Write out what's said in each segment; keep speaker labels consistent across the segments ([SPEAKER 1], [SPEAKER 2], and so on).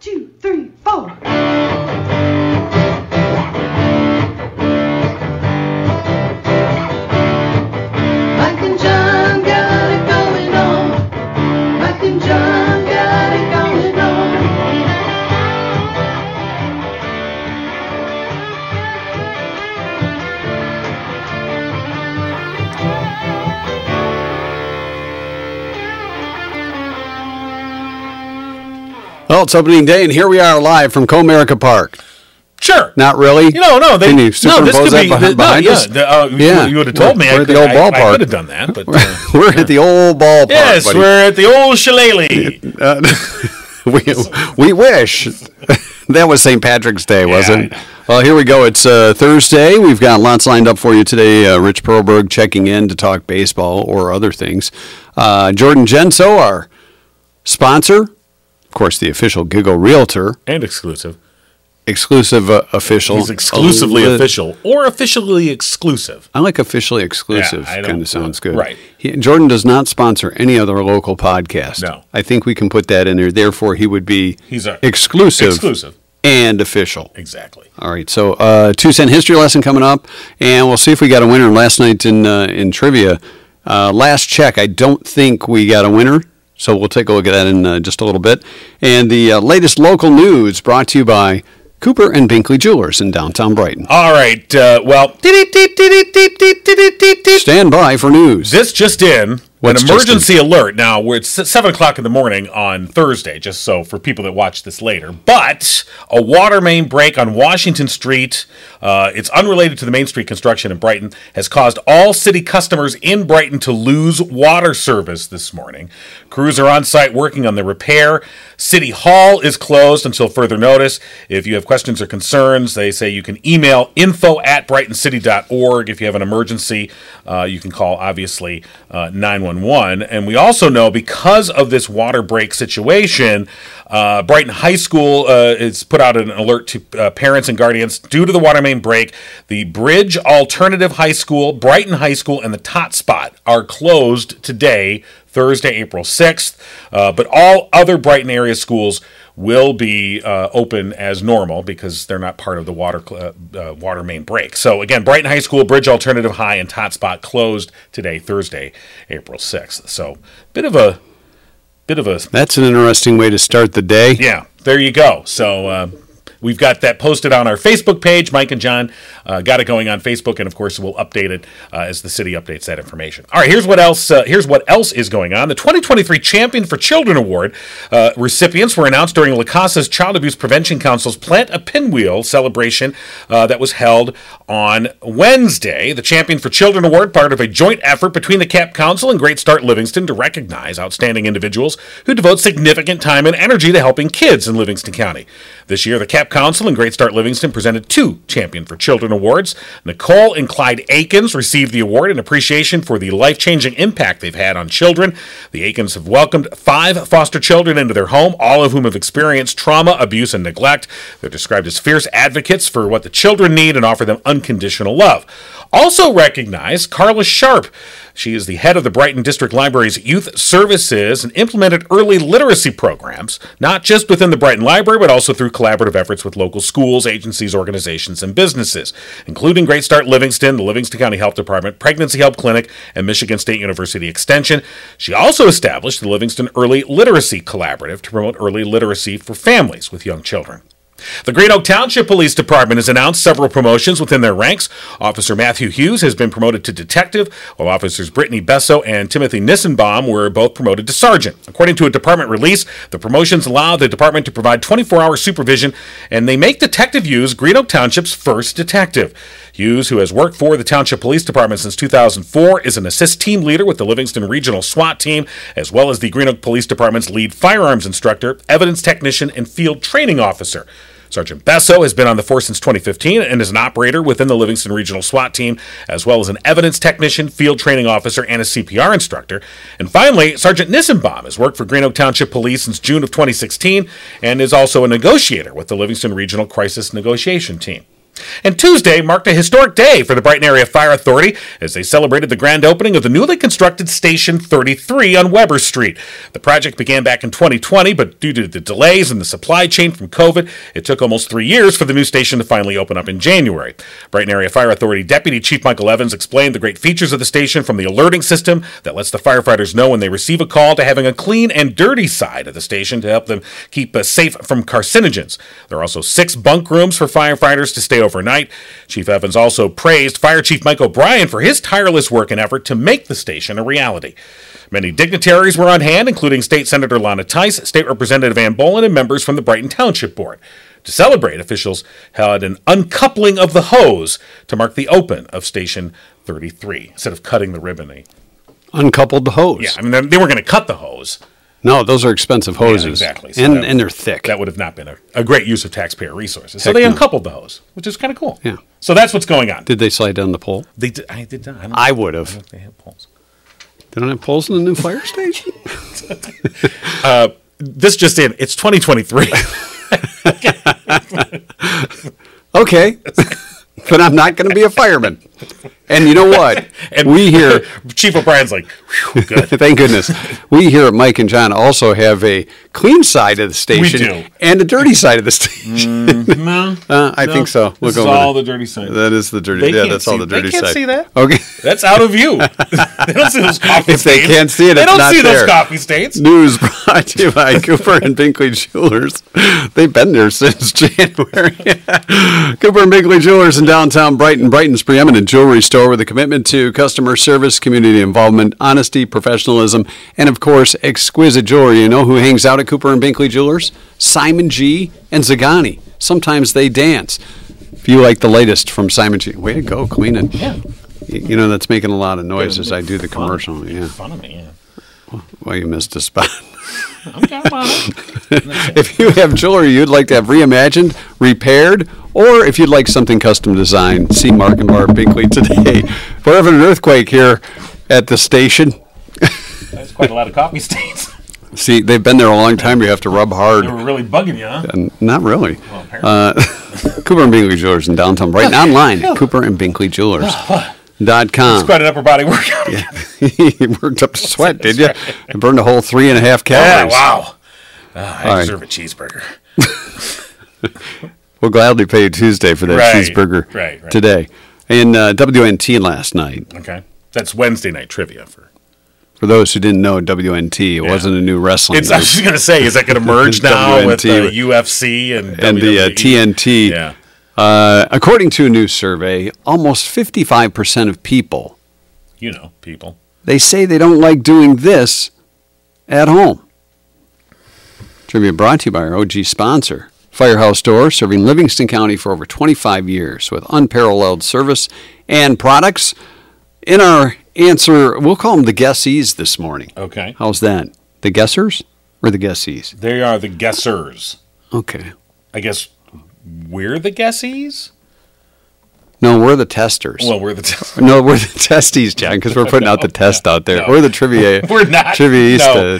[SPEAKER 1] two, three, four.
[SPEAKER 2] Mike and John got it going on. Mike and John got it going on.
[SPEAKER 3] Well, it's opening day, and here we are live from Comerica Park.
[SPEAKER 4] Sure.
[SPEAKER 3] Not really.
[SPEAKER 4] You know, no, they
[SPEAKER 3] Can you
[SPEAKER 4] no. This
[SPEAKER 3] superimpose
[SPEAKER 4] could
[SPEAKER 3] that
[SPEAKER 4] be
[SPEAKER 3] behi-
[SPEAKER 4] the- no,
[SPEAKER 3] behind
[SPEAKER 4] yeah,
[SPEAKER 3] us?
[SPEAKER 4] the- uh, you-
[SPEAKER 3] Yeah.
[SPEAKER 4] you would have told me.
[SPEAKER 3] We're
[SPEAKER 4] I
[SPEAKER 3] at the
[SPEAKER 4] could-
[SPEAKER 3] old
[SPEAKER 4] I- I
[SPEAKER 3] ballpark.
[SPEAKER 4] could have done that, but uh,
[SPEAKER 3] We're at the old ballpark.
[SPEAKER 4] yes,
[SPEAKER 3] buddy.
[SPEAKER 4] we're at the old Shillelagh.
[SPEAKER 3] we we wish. that was St. Patrick's Day, wasn't
[SPEAKER 4] Yeah.
[SPEAKER 3] it? Well, here we go. It's uh, Thursday. We've got lots lined up for you today. Uh, Rich Perlberg checking in to talk baseball or other things. Uh, Jordan Genso, our sponsor, of course, the official Giggle Realtor,
[SPEAKER 4] and exclusive.
[SPEAKER 3] exclusive uh, official.
[SPEAKER 4] He's exclusively
[SPEAKER 3] A li-
[SPEAKER 4] official or officially exclusive.
[SPEAKER 3] I like officially exclusive.
[SPEAKER 4] Yeah, I don't-
[SPEAKER 3] kind of sounds good.
[SPEAKER 4] Right.
[SPEAKER 3] He, Jordan does not sponsor any other local podcast.
[SPEAKER 4] No.
[SPEAKER 3] I think we can put that in there. Therefore, he would be
[SPEAKER 4] He's a-
[SPEAKER 3] exclusive,
[SPEAKER 4] Exclusive,
[SPEAKER 3] and official.
[SPEAKER 4] exactly.
[SPEAKER 3] All right. So, uh, two cent history lesson coming up, and we'll see if we got a winner last night in uh, in trivia. Uh, last check, I don't think we got a winner. So we'll take a look at that in uh, just a little bit. And the uh, latest local news brought to you by Cooper and Binkley Jewelers in downtown Brighton.
[SPEAKER 4] All right. Uh, well,
[SPEAKER 3] Stand by for news.
[SPEAKER 4] this just in.
[SPEAKER 3] What's
[SPEAKER 4] an
[SPEAKER 3] just
[SPEAKER 4] emergency alert. Now, we're it's seven o'clock in the morning on Thursday, just so for people that watch this later. But a water main break on Washington Street, uh, it's unrelated to the Main Street construction in Brighton, has caused all city customers in Brighton to lose water service this morning. Crews are on site working on the repair. City Hall is closed until further notice. If you have questions or concerns, they say you can email info at brightonscity.org. If you have an emergency, uh, you can call, obviously, uh, 911. And we also know because of this water break situation, uh, Brighton High School uh, has put out an alert to uh, parents and guardians due to the water main break. The Bridge Alternative High School, Brighton High School, and the Tot Spot are closed today, Thursday, April 6th. Uh, but all other Brighton area schools will be uh, open as normal because they're not part of the water cl- uh, uh, water main break. So again, Brighton High School, Bridge Alternative High, and Tot Spot closed today, Thursday, April 6th. So bit of a bit of a
[SPEAKER 3] That's an interesting way to start the day.
[SPEAKER 4] yeah, there you go. So uh, we've got that posted on our Facebook page. Mike and John uh, got it going on Facebook, and of course, we'll update it uh, as the city updates that information. All right, here's what else. Uh, here's what else is going on. The 2023 Champion for Children Award uh, recipients were announced during La Casa's Child Abuse Prevention Council's Plant a Pinwheel celebration uh, that was held on Wednesday. The Champion for Children Award, part of a joint effort between the CAP Council and Great Start Livingston to recognize outstanding individuals who devote significant time and energy to helping kids in Livingston County. This year, the CAP Council and Great Start Livingston presented two Champion for Children awards. Nicole and Clyde Aikens received the award in appreciation for the life changing impact they've had on children. The Aikens have welcomed five foster children into their home, all of whom have experienced trauma, abuse, and neglect. They're described as fierce advocates for what the children need and offer them unconditional love. Also recognized, Carla Sharp. She is the head of the Brighton District Library's Youth Services and implemented early literacy programs, not just within the Brighton Library, but also through collaborative efforts with local schools, agencies, organizations, and businesses, including Great Start Livingston, the Livingston County Health Department, Pregnancy Help Clinic, and Michigan State University Extension. She also established the Livingston Early Literacy Collaborative to promote early literacy for families with young children. The Green Oak Township Police Department has announced several promotions within their ranks. Officer Matthew Hughes has been promoted to detective, while officers Brittany Besso and Timothy Nissenbaum were both promoted to sergeant. According to a department release, the promotions allow the department to provide 24 hour supervision, and they make Detective Hughes Green Oak Township's first detective. Hughes, who has worked for the Township Police Department since 2004, is an assist team leader with the Livingston Regional SWAT team, as well as the Green Oak Police Department's lead firearms instructor, evidence technician, and field training officer. Sergeant Besso has been on the force since 2015 and is an operator within the Livingston Regional SWAT team, as well as an evidence technician, field training officer, and a CPR instructor. And finally, Sergeant Nissenbaum has worked for Green Oak Township Police since June of 2016 and is also a negotiator with the Livingston Regional Crisis Negotiation Team. And Tuesday marked a historic day for the Brighton Area Fire Authority as they celebrated the grand opening of the newly constructed Station 33 on Weber Street. The project began back in 2020, but due to the delays in the supply chain from COVID, it took almost three years for the new station to finally open up in January. Brighton Area Fire Authority Deputy Chief Michael Evans explained the great features of the station from the alerting system that lets the firefighters know when they receive a call to having a clean and dirty side of the station to help them keep uh, safe from carcinogens. There are also six bunk rooms for firefighters to stay overnight. Chief Evans also praised Fire Chief Mike O'Brien for his tireless work and effort to make the station a reality. Many dignitaries were on hand, including State Senator Lana Tice, State Representative Ann Bolin, and members from the Brighton Township Board. To celebrate, officials had an uncoupling of the hose to mark the open of Station 33. Instead of cutting the ribbon, they,
[SPEAKER 3] Uncoupled the hose.
[SPEAKER 4] yeah, I mean, they they weren't going to cut the hose.
[SPEAKER 3] No, those are expensive hoses.
[SPEAKER 4] exactly. So
[SPEAKER 3] and
[SPEAKER 4] that-
[SPEAKER 3] and they're thick.
[SPEAKER 4] That would have not been a, a great use of taxpayer resources. So
[SPEAKER 3] Heck
[SPEAKER 4] they
[SPEAKER 3] no.
[SPEAKER 4] uncoupled the hose, which is kind of cool.
[SPEAKER 3] Yeah.
[SPEAKER 4] So that's what's going on.
[SPEAKER 3] Did they slide down the pole?
[SPEAKER 4] They did, I did not. I, don't
[SPEAKER 3] I would have.
[SPEAKER 4] think they had poles.
[SPEAKER 3] They don't have poles in the new fire station.
[SPEAKER 4] This just in. It's 2023.
[SPEAKER 3] Okay, but I'm not going to be a fireman. And you know what?
[SPEAKER 4] And-
[SPEAKER 3] we here,
[SPEAKER 4] Chief O'Brien's like, "Whew, good.
[SPEAKER 3] thank goodness, we here at Mike and John also have a clean side of the station
[SPEAKER 4] do. Mm.
[SPEAKER 3] and a dirty side of the station.
[SPEAKER 4] no,
[SPEAKER 3] Uh, I think so. We'll
[SPEAKER 4] this
[SPEAKER 3] go with
[SPEAKER 4] is all
[SPEAKER 3] it.
[SPEAKER 4] the dirty side.
[SPEAKER 3] That is the dirty.
[SPEAKER 4] They
[SPEAKER 3] yeah,
[SPEAKER 4] can't
[SPEAKER 3] that's all
[SPEAKER 4] see-
[SPEAKER 3] the
[SPEAKER 4] they
[SPEAKER 3] dirty
[SPEAKER 4] can't
[SPEAKER 3] side.
[SPEAKER 4] see that.
[SPEAKER 3] Okay.
[SPEAKER 4] That's out of view. they don't see those coffee
[SPEAKER 3] If they
[SPEAKER 4] stains.
[SPEAKER 3] can't see it,
[SPEAKER 4] they
[SPEAKER 3] it's
[SPEAKER 4] don't
[SPEAKER 3] not
[SPEAKER 4] see
[SPEAKER 3] there.
[SPEAKER 4] those coffee stains.
[SPEAKER 3] News brought to you by Cooper and Binkley Jewelers. They've been there since January. Cooper and Binkley Jewelers in downtown Brighton, Brighton's preeminent jewelry store with a commitment to customer service, community involvement, honesty, professionalism, and of course, exquisite jewelry. You know who hangs out at Cooper and Binkley Jewelers? Simon G. and Zagani. Sometimes they dance. If you like the latest from Simon G. Way to go, Queen. And
[SPEAKER 4] Yeah.
[SPEAKER 3] You know, that's making a lot of noise as I do the commercial. Yeah.
[SPEAKER 4] Fun of me. Yeah.
[SPEAKER 3] Well, you missed a spot.
[SPEAKER 4] Okay, well,
[SPEAKER 3] If you have jewelry you'd like to have reimagined, repaired, or if you'd like something custom designed, see Mark and Barb Binkley today. We're having an earthquake here at the station.
[SPEAKER 4] that's quite a lot of coffee stains.
[SPEAKER 3] See, they've been there a long time. You have to rub
[SPEAKER 4] They
[SPEAKER 3] hard.
[SPEAKER 4] were really bugging you, huh?
[SPEAKER 3] N- Not really.
[SPEAKER 4] apparently.
[SPEAKER 3] Uh, Cooper and Binkley Jewelers in downtown Brighton. Online, Cooper and Binkley Jewelers. Dot com.
[SPEAKER 4] Quite an upper body workout. Yeah,
[SPEAKER 3] you worked up to sweat, did you? I burned a whole three and a half calories.
[SPEAKER 4] wow. Ah, I
[SPEAKER 3] All right.
[SPEAKER 4] deserve a cheeseburger.
[SPEAKER 3] We'll gladly pay you Tuesday for that
[SPEAKER 4] Right,
[SPEAKER 3] cheeseburger
[SPEAKER 4] right, right.
[SPEAKER 3] today. And uh, WNT last night.
[SPEAKER 4] Okay, that's Wednesday night trivia for.
[SPEAKER 3] For those who didn't know, WNT it wasn't a new wrestling
[SPEAKER 4] It's, I was
[SPEAKER 3] group.
[SPEAKER 4] just gonna say, is that gonna merge now with uh,
[SPEAKER 3] WNT.
[SPEAKER 4] UFC and
[SPEAKER 3] and the uh,
[SPEAKER 4] WWE?
[SPEAKER 3] TNT.
[SPEAKER 4] Yeah,
[SPEAKER 3] Uh, according to a new survey, almost 55% of people
[SPEAKER 4] you know, people.
[SPEAKER 3] they say they don't like doing this at home. Trivia brought to you by our OG sponsor, Firehouse Door, serving Livingston County for over 25 years with unparalleled service and products. In our answer, we'll call them the guessees this morning.
[SPEAKER 4] Okay,
[SPEAKER 3] How's that? The guessers or the guessees?
[SPEAKER 4] they are the guessers.
[SPEAKER 3] Okay.
[SPEAKER 4] I guess we're the guessees.
[SPEAKER 3] No, we're the testers.
[SPEAKER 4] Well, we're the
[SPEAKER 3] no, we're the testies, John, because we're putting out the test out there.
[SPEAKER 4] no.
[SPEAKER 3] We're the trivia.
[SPEAKER 4] we're not
[SPEAKER 3] Triviaista.
[SPEAKER 4] No, we are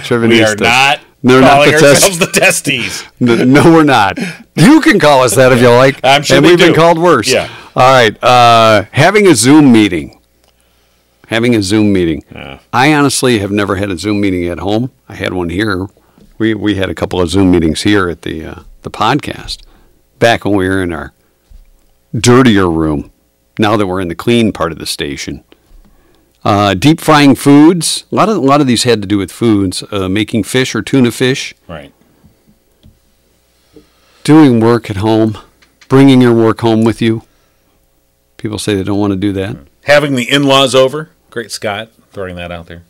[SPEAKER 3] triviaista.
[SPEAKER 4] not.
[SPEAKER 3] No, not
[SPEAKER 4] calling
[SPEAKER 3] the test-
[SPEAKER 4] ourselves the testes.
[SPEAKER 3] N- No, we're not. You can call us that if you like.
[SPEAKER 4] I'm sure
[SPEAKER 3] And
[SPEAKER 4] they
[SPEAKER 3] we've been
[SPEAKER 4] do.
[SPEAKER 3] called worse.
[SPEAKER 4] Yeah.
[SPEAKER 3] All right. Uh, having a Zoom meeting. Having a Zoom meeting. I honestly have never had a Zoom meeting at home. I had one here. We we had a couple of Zoom meetings here at the uh, the podcast back when we were in our dirtier room. Now that we're in the clean part of the station. Uh, deep frying foods. A lot of a lot of these had to do with foods. Uh, making fish or tuna fish
[SPEAKER 4] Right.
[SPEAKER 3] doing work at home, bringing your work home with you. People say they don't want to do that.
[SPEAKER 4] Having the in-laws over. Great Scott, throwing that out there.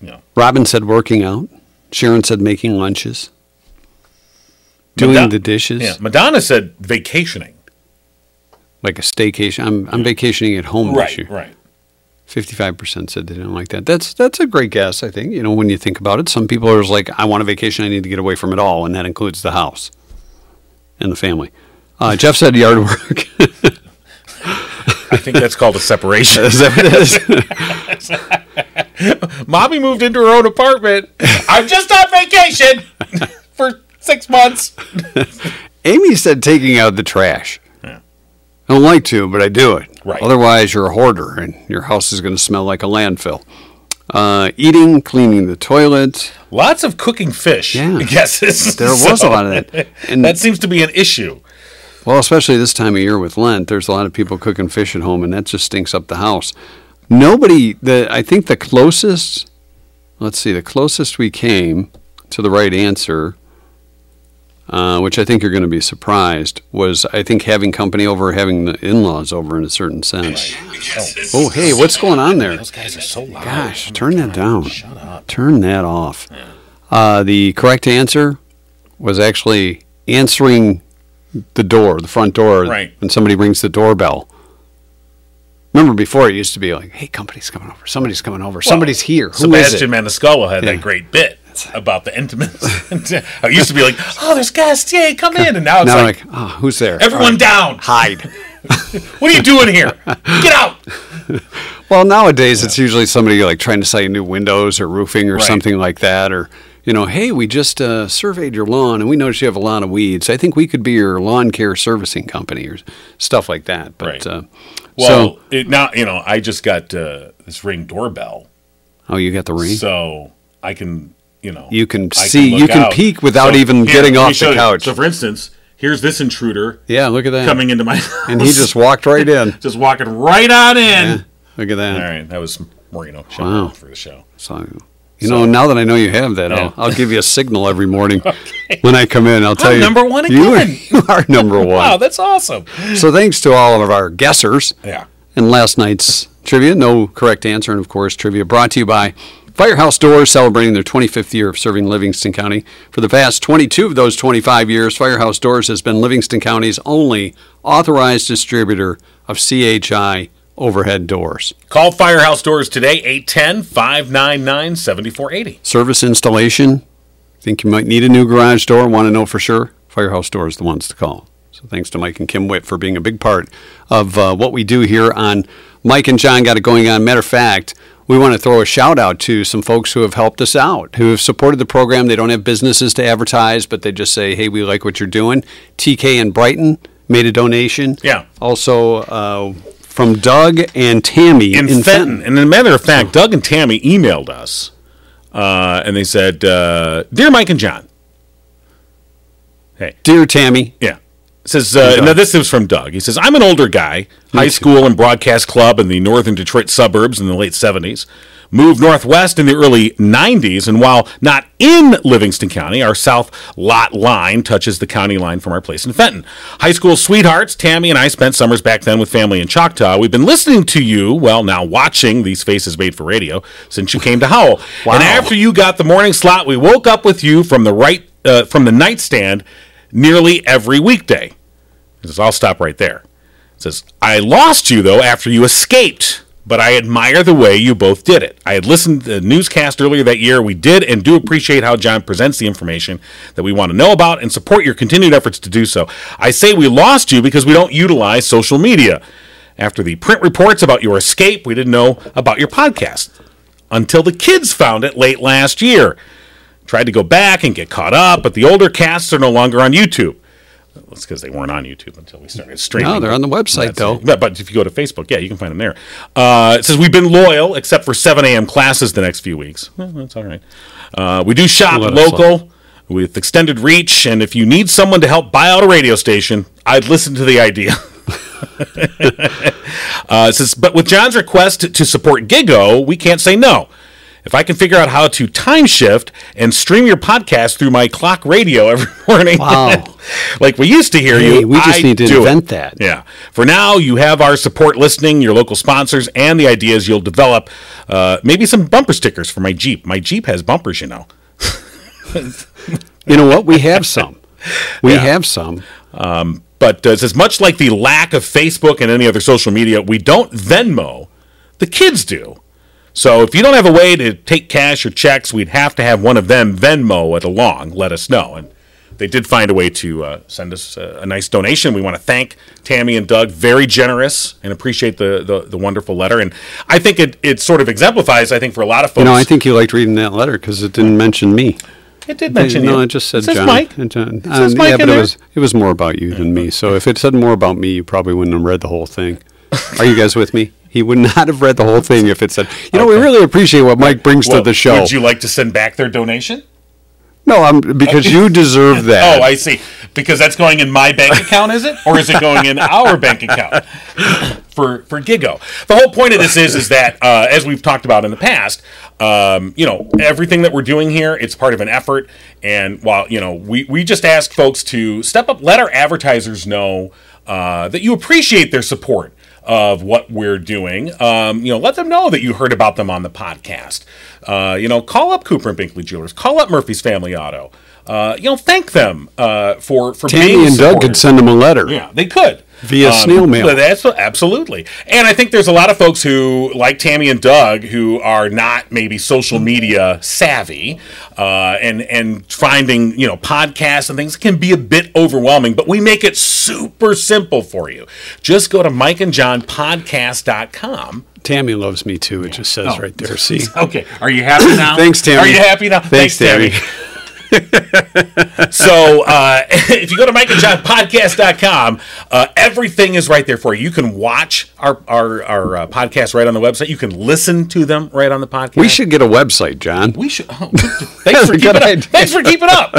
[SPEAKER 4] No.
[SPEAKER 3] Robin said working out. Sharon said making lunches, doing
[SPEAKER 4] Madon-
[SPEAKER 3] the dishes,
[SPEAKER 4] Yeah. Madonna said vacationing.
[SPEAKER 3] like a staycation. I'm, I'm vacationing at home this year.
[SPEAKER 4] Right.
[SPEAKER 3] 55% said they didn't like that. That's that's a great guess, I think. You know, when you think about it, some people are just like, I want a vacation. I need to get away from it all. And that includes the house and the family. Uh, Jeff said yard work.
[SPEAKER 4] I think that's called a separation.
[SPEAKER 3] is that what it is?
[SPEAKER 4] Mommy moved into her own apartment. I'm just on vacation for six months.
[SPEAKER 3] Amy said taking out the trash.
[SPEAKER 4] Yeah.
[SPEAKER 3] I don't like to, but I do it.
[SPEAKER 4] Right.
[SPEAKER 3] Otherwise, you're a hoarder and your house is going to smell like a landfill. Uh, eating, cleaning the toilet.
[SPEAKER 4] Lots of cooking fish.
[SPEAKER 3] Yeah.
[SPEAKER 4] I guess
[SPEAKER 3] There was a lot of that. And
[SPEAKER 4] that seems to be an issue.
[SPEAKER 3] Well, especially this time of year with Lent, there's a lot of people cooking fish at home, and that just stinks up the house. Nobody, the I think the closest, let's see, the closest we came to the right answer, uh, which I think you're going to be surprised, was I think having company over, having the in-laws over in a certain sense. Oh, hey, what's going on there?
[SPEAKER 4] Those guys are so loud.
[SPEAKER 3] Gosh, turn that down. Shut up. Turn that off. Uh, the correct answer was actually answering the door, the front door,
[SPEAKER 4] Right.
[SPEAKER 3] when somebody rings the doorbell. Remember before it used to be like, "Hey, company's coming over. Somebody's coming over. Somebody's here. Who is
[SPEAKER 4] Sebastian
[SPEAKER 3] it?"
[SPEAKER 4] Maniscalco had
[SPEAKER 3] Yeah.
[SPEAKER 4] that great bit about the intimates. I used to be like, oh, there's guests. Yay, come in. And now it's
[SPEAKER 3] Now I'm
[SPEAKER 4] like,
[SPEAKER 3] like, "Ah, who's there?"
[SPEAKER 4] everyone
[SPEAKER 3] All
[SPEAKER 4] down.
[SPEAKER 3] right, hide.
[SPEAKER 4] What are you doing here? Get out.
[SPEAKER 3] Well, nowadays it's usually somebody like trying to sell you new windows or roofing or
[SPEAKER 4] Right.
[SPEAKER 3] something like that, or you know, hey, we just uh, surveyed your lawn and we noticed you have a lot of weeds. I think we could be your lawn care servicing company or stuff like that. But
[SPEAKER 4] Right.
[SPEAKER 3] uh,
[SPEAKER 4] Well,
[SPEAKER 3] so,
[SPEAKER 4] it, now, you know, I just got uh, this ring doorbell.
[SPEAKER 3] oh, you got the ring.
[SPEAKER 4] So I can, you know,
[SPEAKER 3] You can
[SPEAKER 4] I
[SPEAKER 3] see- you
[SPEAKER 4] look
[SPEAKER 3] can peek without even getting
[SPEAKER 4] let me
[SPEAKER 3] off the
[SPEAKER 4] show you.
[SPEAKER 3] couch.
[SPEAKER 4] So, for instance, here's this intruder
[SPEAKER 3] yeah, look at that.
[SPEAKER 4] coming into my house.
[SPEAKER 3] and he just walked right in.
[SPEAKER 4] just walking right on in.
[SPEAKER 3] Look at that.
[SPEAKER 4] All right, that was Marino showing
[SPEAKER 3] Wow.
[SPEAKER 4] off for the show.
[SPEAKER 3] So, you know, now that I know you have that,
[SPEAKER 4] Yeah.
[SPEAKER 3] I'll, I'll give you a signal every morning when I come in. I'll tell
[SPEAKER 4] I'm
[SPEAKER 3] you
[SPEAKER 4] number one
[SPEAKER 3] You are,
[SPEAKER 4] again.
[SPEAKER 3] you are number one.
[SPEAKER 4] Wow, that's awesome.
[SPEAKER 3] So thanks to all of our guessers.
[SPEAKER 4] Yeah.
[SPEAKER 3] And last night's trivia, no correct answer, and of course, trivia brought to you by Firehouse Doors, celebrating their 25th year of serving Livingston County. For the past 22 of those 25 years, Firehouse Doors has been Livingston County's only authorized distributor of CHI overhead doors.
[SPEAKER 4] Call Firehouse Doors today, 810 599 7480.
[SPEAKER 3] Service installation, think you might need a new garage door, want to know for sure? Firehouse Doors, the ones to call. So thanks to Mike and Kim Witt for being a big part of uh, what we do here on Mike and John Got It Going On. Matter of fact, we want to throw a shout out to some folks who have helped us out, who have supported the program. They don't have businesses to advertise, but they just say, hey, we like what you're doing. TK and Brighton made a donation.
[SPEAKER 4] Yeah.
[SPEAKER 3] Also uh, from Doug and Tammy
[SPEAKER 4] in, Fenton. And as a matter of fact, Doug and Tammy emailed us, uh, and they said, uh, "Dear Mike and John,
[SPEAKER 3] Dear Tammy,
[SPEAKER 4] yeah." Says uh, now this is from Doug. He says, "I'm an older guy, high school and broadcast club in the northern Detroit suburbs in the late '70s. Moved northwest in the early '90s, and while not in Livingston County, our south lot line touches the county line from our place in Fenton. High school sweethearts, Tammy and I spent summers back then with family in Choctaw. We've been listening to you, well, now watching these faces made for radio since you came to Howell. And after you got the morning slot, we woke up with you from the right uh, from the nightstand." Nearly every weekday. He says, I'll stop right there. He says, I lost you, though, after you escaped, but I admire the way you both did it. I had listened to the newscast earlier that year. We did and do appreciate how John presents the information that we want to know about and support your continued efforts to do so. I say we lost you because we don't utilize social media. After the print reports about your escape, we didn't know about your podcast until the kids found it late last year. Tried to go back and get caught up, but the older casts are no longer on YouTube. That's because they weren't on YouTube until we started streaming.
[SPEAKER 3] no, Oh, they're on the website, though.
[SPEAKER 4] But, but if you go to Facebook, yeah, you can find them there. Uh, it says we've been loyal, except for 7 a.m. classes the next few weeks. Well, that's all right. Uh, we do shop
[SPEAKER 3] Let us
[SPEAKER 4] local with extended reach, and if you need someone to help buy out a radio station, I'd listen to the idea. Uh, it says, but with John's request to- to support Gigo, we can't say no. If I can figure out how to time shift and stream your podcast through my clock radio every morning,
[SPEAKER 3] Wow.
[SPEAKER 4] like we used to hear
[SPEAKER 3] Hey,
[SPEAKER 4] you,
[SPEAKER 3] we just
[SPEAKER 4] I
[SPEAKER 3] need to
[SPEAKER 4] do it.
[SPEAKER 3] invent that.
[SPEAKER 4] Yeah. For now, you have our support listening, your local sponsors, and the ideas you'll develop. Uh, maybe some bumper stickers for my Jeep. My Jeep has bumpers, you know.
[SPEAKER 3] You know what? We have some. We
[SPEAKER 4] Yeah.
[SPEAKER 3] have some.
[SPEAKER 4] But uh, it says much like the lack of Facebook and any other social media, we don't Venmo. The kids do. So if you don't have a way to take cash or checks, we'd have to have one of them Venmo it along. Let us know. And they did find a way to uh, send us a, a nice donation. We want to thank Tammy and Doug, very generous, and appreciate the the, the wonderful letter. And I think it, it sort of exemplifies, I think, for a lot of folks.
[SPEAKER 3] You know, I think you liked reading that letter because it didn't mention me.
[SPEAKER 4] It did mention you.
[SPEAKER 3] no, it just said
[SPEAKER 4] it says
[SPEAKER 3] John.
[SPEAKER 4] Mike.
[SPEAKER 3] And John.
[SPEAKER 4] It says
[SPEAKER 3] Um,
[SPEAKER 4] Mike
[SPEAKER 3] yeah,
[SPEAKER 4] in
[SPEAKER 3] but it
[SPEAKER 4] there.
[SPEAKER 3] was it was more about you than me. So if it said more about me, you probably wouldn't have read the whole thing. Are you guys with me? He would not have read the whole thing if it said, you know, we really appreciate what Mike brings
[SPEAKER 4] Well,
[SPEAKER 3] to the show.
[SPEAKER 4] Would you like to send back their donation?
[SPEAKER 3] no, I'm because you deserve that.
[SPEAKER 4] Oh, I see. Because that's going in my bank account, is it? Or is it going in our bank account for for Gigo? The whole point of this is is that uh, as we've talked about in the past, um, you know, everything that we're doing here, it's part of an effort. And while you know, we we just ask folks to step up, let our advertisers know uh, that you appreciate their support of what we're doing, um, you know, let them know that you heard about them on the podcast. Uh, you know, call up Cooper and Binkley Jewelers, call up Murphy's Family Auto. Uh, you know, thank them uh, for for
[SPEAKER 3] Tammy
[SPEAKER 4] being
[SPEAKER 3] and Doug could
[SPEAKER 4] supporters.
[SPEAKER 3] send him a letter.
[SPEAKER 4] Yeah, they could. Um,
[SPEAKER 3] Via snail mail.
[SPEAKER 4] but That's absolutely, and I think there's a lot of folks who, like Tammy and Doug, who are not maybe social media savvy, uh, and and finding you know podcasts and things can be a bit overwhelming. But we make it super simple for you. Just go to mikeandjohnpodcast.com.
[SPEAKER 3] Tammy loves me too. It just says
[SPEAKER 4] Oh.
[SPEAKER 3] right there. See.
[SPEAKER 4] Okay, are you happy now?
[SPEAKER 3] Thanks, Tammy.
[SPEAKER 4] Are you happy now?
[SPEAKER 3] Thanks, Tammy.
[SPEAKER 4] So uh, if you go to mikeandjohnpodcast.com, uh, everything is right there for you. You can watch our our, our uh, podcast right on the website. You can listen to them right on the podcast.
[SPEAKER 3] We should get a website, John.
[SPEAKER 4] We should. Oh, thanks for
[SPEAKER 3] a
[SPEAKER 4] keeping
[SPEAKER 3] good
[SPEAKER 4] up.
[SPEAKER 3] idea.
[SPEAKER 4] Thanks for keeping up.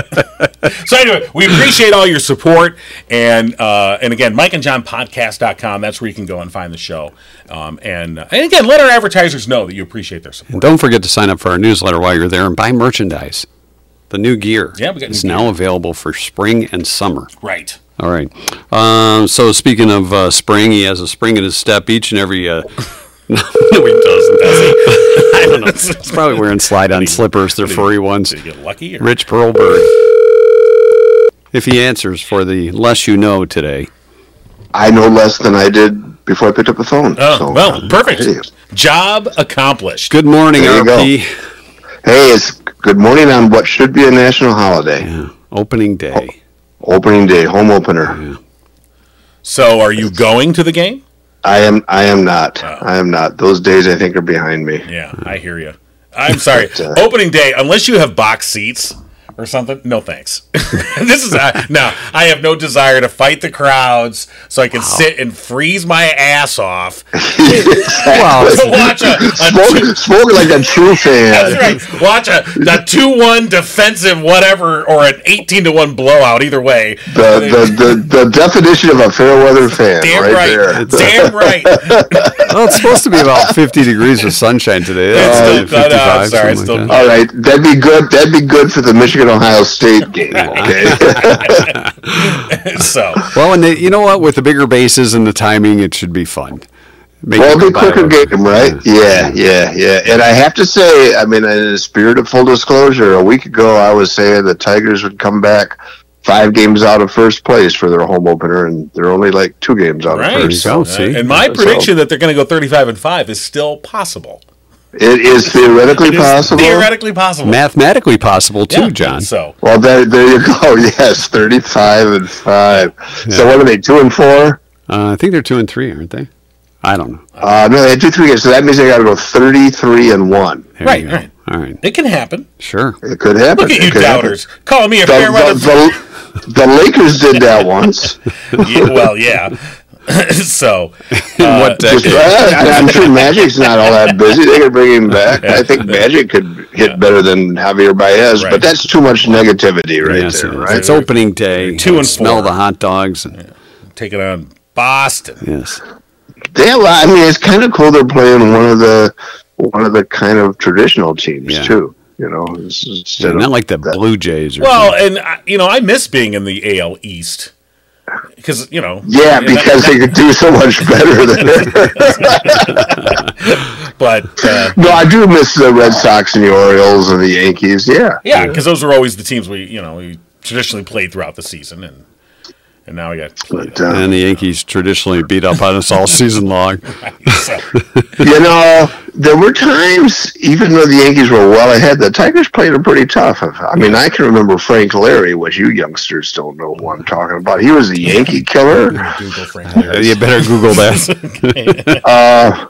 [SPEAKER 4] so anyway, we appreciate all your support, and uh, and again, mikeandjohnpodcast.com. That's where you can go and find the show. Um, and uh, and again, let our advertisers know that you appreciate their support.
[SPEAKER 3] And don't forget to sign up for our newsletter while you're there and buy merchandise. The new gear
[SPEAKER 4] Yeah, we got
[SPEAKER 3] is
[SPEAKER 4] new
[SPEAKER 3] now available for spring and summer.
[SPEAKER 4] Right.
[SPEAKER 3] All right. Um, so speaking of uh, spring, he has a spring in his step each and every. Uh, no, he doesn't. Does he? I don't know. He's probably wearing slide-on slippers. They're furry ones.
[SPEAKER 4] Did you get lucky? Or?
[SPEAKER 3] Rich Perlberg. If he answers for the less you know today,
[SPEAKER 1] I know less than I did before I picked up the phone.
[SPEAKER 4] Oh,
[SPEAKER 1] so,
[SPEAKER 4] well,
[SPEAKER 1] um, Hey,
[SPEAKER 4] perfect. Job accomplished.
[SPEAKER 3] good morning,
[SPEAKER 1] There you
[SPEAKER 3] RP.
[SPEAKER 1] Hey, it's good morning on what should be a national holiday,
[SPEAKER 3] Opening day.
[SPEAKER 1] opening day, home opener.
[SPEAKER 4] So, are you going to the game?
[SPEAKER 1] I am. I am not. I am not. Those days, I think, are behind me.
[SPEAKER 4] Yeah, I hear you. I'm sorry.
[SPEAKER 1] But, uh,
[SPEAKER 4] Opening day, unless you have box seats or something. No thanks. this is I, no. I have no desire to fight the crowds, so I can sit and freeze my ass off
[SPEAKER 3] Wow.
[SPEAKER 4] to watch a. a two-
[SPEAKER 1] Spoke, spoke like a true fan.
[SPEAKER 4] that's right. Watch a, a two-one defensive whatever or an eighteen to one blowout. Either way,
[SPEAKER 1] The, the, the, the definition of a fair weather fan,
[SPEAKER 4] damn
[SPEAKER 1] right,
[SPEAKER 4] right,
[SPEAKER 1] there.
[SPEAKER 4] damn right.
[SPEAKER 3] well, it's supposed to be about 50 degrees with sunshine today.
[SPEAKER 4] It's still-
[SPEAKER 3] That's
[SPEAKER 4] no, no,
[SPEAKER 3] 55,
[SPEAKER 4] I'm sorry,
[SPEAKER 3] something
[SPEAKER 4] it's still-
[SPEAKER 3] like that.
[SPEAKER 1] All right, that'd be good. That'd be good for the Michigan Ohio State game. Okay.
[SPEAKER 4] so
[SPEAKER 3] Well, and they, you know what? With the bigger bases and the timing, it should be fun. Make
[SPEAKER 1] Well, it'll be
[SPEAKER 3] everybody
[SPEAKER 1] quicker
[SPEAKER 3] look-
[SPEAKER 1] game, right? Yeah, yeah, yeah. And I have to say, I mean, in the spirit of full disclosure, a week ago I was saying the Tigers would come back five games out of first place for their home opener, and they're only like two games out
[SPEAKER 4] right.
[SPEAKER 1] of
[SPEAKER 3] you
[SPEAKER 1] first.
[SPEAKER 3] go,
[SPEAKER 4] Uh,
[SPEAKER 3] see?
[SPEAKER 4] and my
[SPEAKER 1] So-
[SPEAKER 4] prediction that they're going to go 35 and 5 is still possible.
[SPEAKER 1] It is theoretically
[SPEAKER 4] It is
[SPEAKER 1] possible.
[SPEAKER 4] theoretically possible.
[SPEAKER 3] Mathematically possible, too,
[SPEAKER 4] Yeah,
[SPEAKER 3] John.
[SPEAKER 4] So
[SPEAKER 1] well, there, there you go. Oh, Yes, thirty-five and five. So what are they? Two and four?
[SPEAKER 3] Uh, I think they're two and three, aren't they? I don't know.
[SPEAKER 1] Uh, no, they had two, three games. So that means they got to go thirty-three and one.
[SPEAKER 3] There
[SPEAKER 4] Right,
[SPEAKER 3] you go.
[SPEAKER 4] right.
[SPEAKER 3] All right.
[SPEAKER 4] it can happen.
[SPEAKER 3] Sure.
[SPEAKER 1] It could happen.
[SPEAKER 4] Look at
[SPEAKER 1] It
[SPEAKER 4] you
[SPEAKER 1] could happen.
[SPEAKER 4] doubters. Call me a fair weather.
[SPEAKER 1] The, the, the, the Lakers did that once.
[SPEAKER 4] Yeah, well, yeah. so
[SPEAKER 3] In
[SPEAKER 1] Uh,
[SPEAKER 3] what
[SPEAKER 1] Just,
[SPEAKER 3] decade?
[SPEAKER 1] uh, I- I'm sure Magic's not all that busy. They could bring him back. I think Magic could hit better than Javier Baez,
[SPEAKER 4] Right.
[SPEAKER 1] but that's too much negativity right
[SPEAKER 3] Yes,
[SPEAKER 1] there,
[SPEAKER 3] it is.
[SPEAKER 1] right?
[SPEAKER 3] It's opening day.
[SPEAKER 4] Two and
[SPEAKER 3] Smell
[SPEAKER 4] four.
[SPEAKER 3] the hot dogs. and-
[SPEAKER 4] taking on Boston.
[SPEAKER 3] yes.
[SPEAKER 1] They have, I mean, it's kind of cool they're playing one of the one of the kind of traditional teams
[SPEAKER 3] Yeah.
[SPEAKER 1] too. You know, It's- it's-
[SPEAKER 3] Yeah, not like the Blue Jays. Or
[SPEAKER 4] Well, and I, you know, I miss being in the AL East because you know.
[SPEAKER 1] yeah,
[SPEAKER 4] and that-
[SPEAKER 1] because they could do so much better than.
[SPEAKER 4] but uh,
[SPEAKER 1] no, I do miss the Red Sox and the Orioles and the Yankees. Yeah,
[SPEAKER 4] yeah, because those were always the teams we you know we traditionally played throughout the season and. and now we got
[SPEAKER 1] But, uh,
[SPEAKER 3] And the Yankees traditionally beat up on us all season long.
[SPEAKER 1] you know, there were times, even though the Yankees were well ahead, the Tigers played them pretty tough. I mean, I can remember Frank Larry, which you youngsters don't know who I'm talking about. He was a Yankee killer.
[SPEAKER 4] Google Frank Leary.
[SPEAKER 3] You better Google that.
[SPEAKER 1] Uh,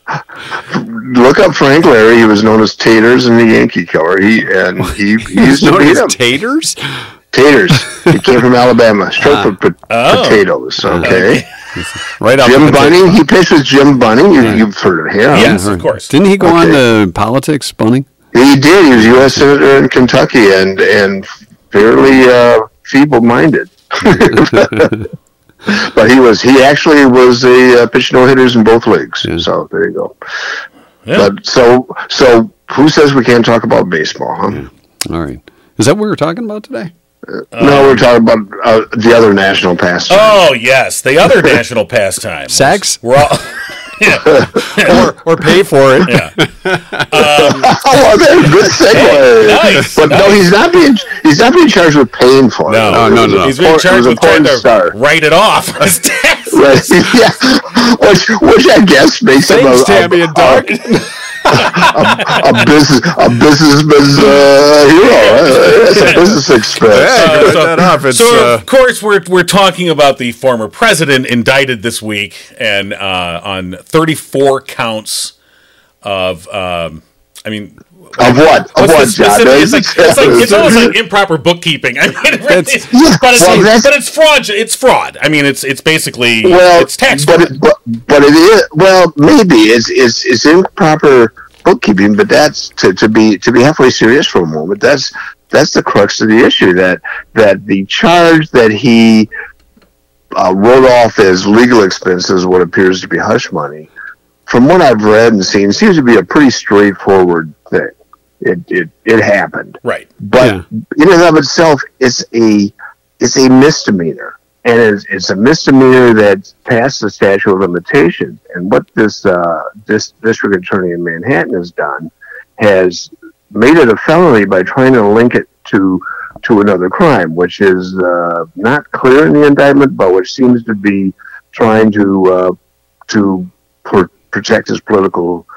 [SPEAKER 1] Look up Frank Larry. He was known as Taters and the Yankee killer. He and he, he used to
[SPEAKER 3] Known
[SPEAKER 1] beat
[SPEAKER 3] as
[SPEAKER 1] him.
[SPEAKER 3] taters?
[SPEAKER 1] Taters. He came from Alabama, straight from po-
[SPEAKER 4] Oh.
[SPEAKER 1] potatoes. Okay.
[SPEAKER 3] Right out
[SPEAKER 1] Jim
[SPEAKER 3] the potato-
[SPEAKER 1] Bunning. He pitched with Jim Bunning. You, You've heard of him.
[SPEAKER 4] Yes, of course.
[SPEAKER 3] Uh-huh. Didn't he go on
[SPEAKER 1] Okay.
[SPEAKER 3] to politics, Bunning?
[SPEAKER 1] He did. He was U.S. senator in Kentucky, and and fairly uh, feeble-minded. but he was. He actually was a uh, pitch no hitters in both leagues. So there you go.
[SPEAKER 4] Yeah.
[SPEAKER 1] But so so who says we can't talk about baseball? Huh?
[SPEAKER 3] All right. Is that what we're talking about today?
[SPEAKER 1] no, we're talking about uh, the other national pastime.
[SPEAKER 4] Um, Oh yes, the other national pastime.
[SPEAKER 3] Sex?
[SPEAKER 4] We're all. yeah,
[SPEAKER 3] Or, or pay for it.
[SPEAKER 4] yeah.
[SPEAKER 1] Oh, well, that's a good segue.
[SPEAKER 4] nice,
[SPEAKER 1] but no, he's not being he's not being charged with paying for it.
[SPEAKER 4] No.
[SPEAKER 3] No, no, no.
[SPEAKER 4] He's being
[SPEAKER 1] Or-
[SPEAKER 4] charged
[SPEAKER 1] it was a
[SPEAKER 4] with trying
[SPEAKER 1] porn
[SPEAKER 4] to
[SPEAKER 1] star.
[SPEAKER 4] write it off. as tax.
[SPEAKER 1] Right. yeah. Which, which I guess makes him a,
[SPEAKER 3] Thanks,
[SPEAKER 1] a-
[SPEAKER 3] Tammy and Doc.
[SPEAKER 1] a business a businessman's uh, hero. It's a business expense.
[SPEAKER 4] Uh,
[SPEAKER 3] Put that up. It's,
[SPEAKER 4] so
[SPEAKER 3] uh,
[SPEAKER 4] of course we're we're talking about the former president indicted this week and uh, on 34 counts of um, I mean
[SPEAKER 1] Of what? Of
[SPEAKER 4] what's the
[SPEAKER 1] what, John?
[SPEAKER 4] specific- it's, like, it's like it's almost like improper bookkeeping. I mean, it really
[SPEAKER 3] That's-
[SPEAKER 4] is. but it's,
[SPEAKER 1] well, that's-
[SPEAKER 4] but it's fraud. It's fraud. I mean, it's it's basically
[SPEAKER 1] well,
[SPEAKER 4] it's tax.
[SPEAKER 1] but
[SPEAKER 4] fraud.
[SPEAKER 1] it, but, but it is well maybe it's it's it's improper bookkeeping, but that's to, to be to be halfway serious for a moment. That's that's the crux of the issue that that the charge that he uh, wrote off as legal expenses, what appears to be hush money, from what I've read and seen, seems to be a pretty straightforward thing. It it it happened
[SPEAKER 4] right.
[SPEAKER 1] but
[SPEAKER 3] Yeah.
[SPEAKER 1] in and of itself, it's a it's a misdemeanor, and it's, it's a misdemeanor that's past the statute of limitations. And what this uh, this district attorney in Manhattan has done has made it a felony by trying to link it to to another crime, which is uh, not clear in the indictment, but which seems to be trying to uh, to pr- protect his political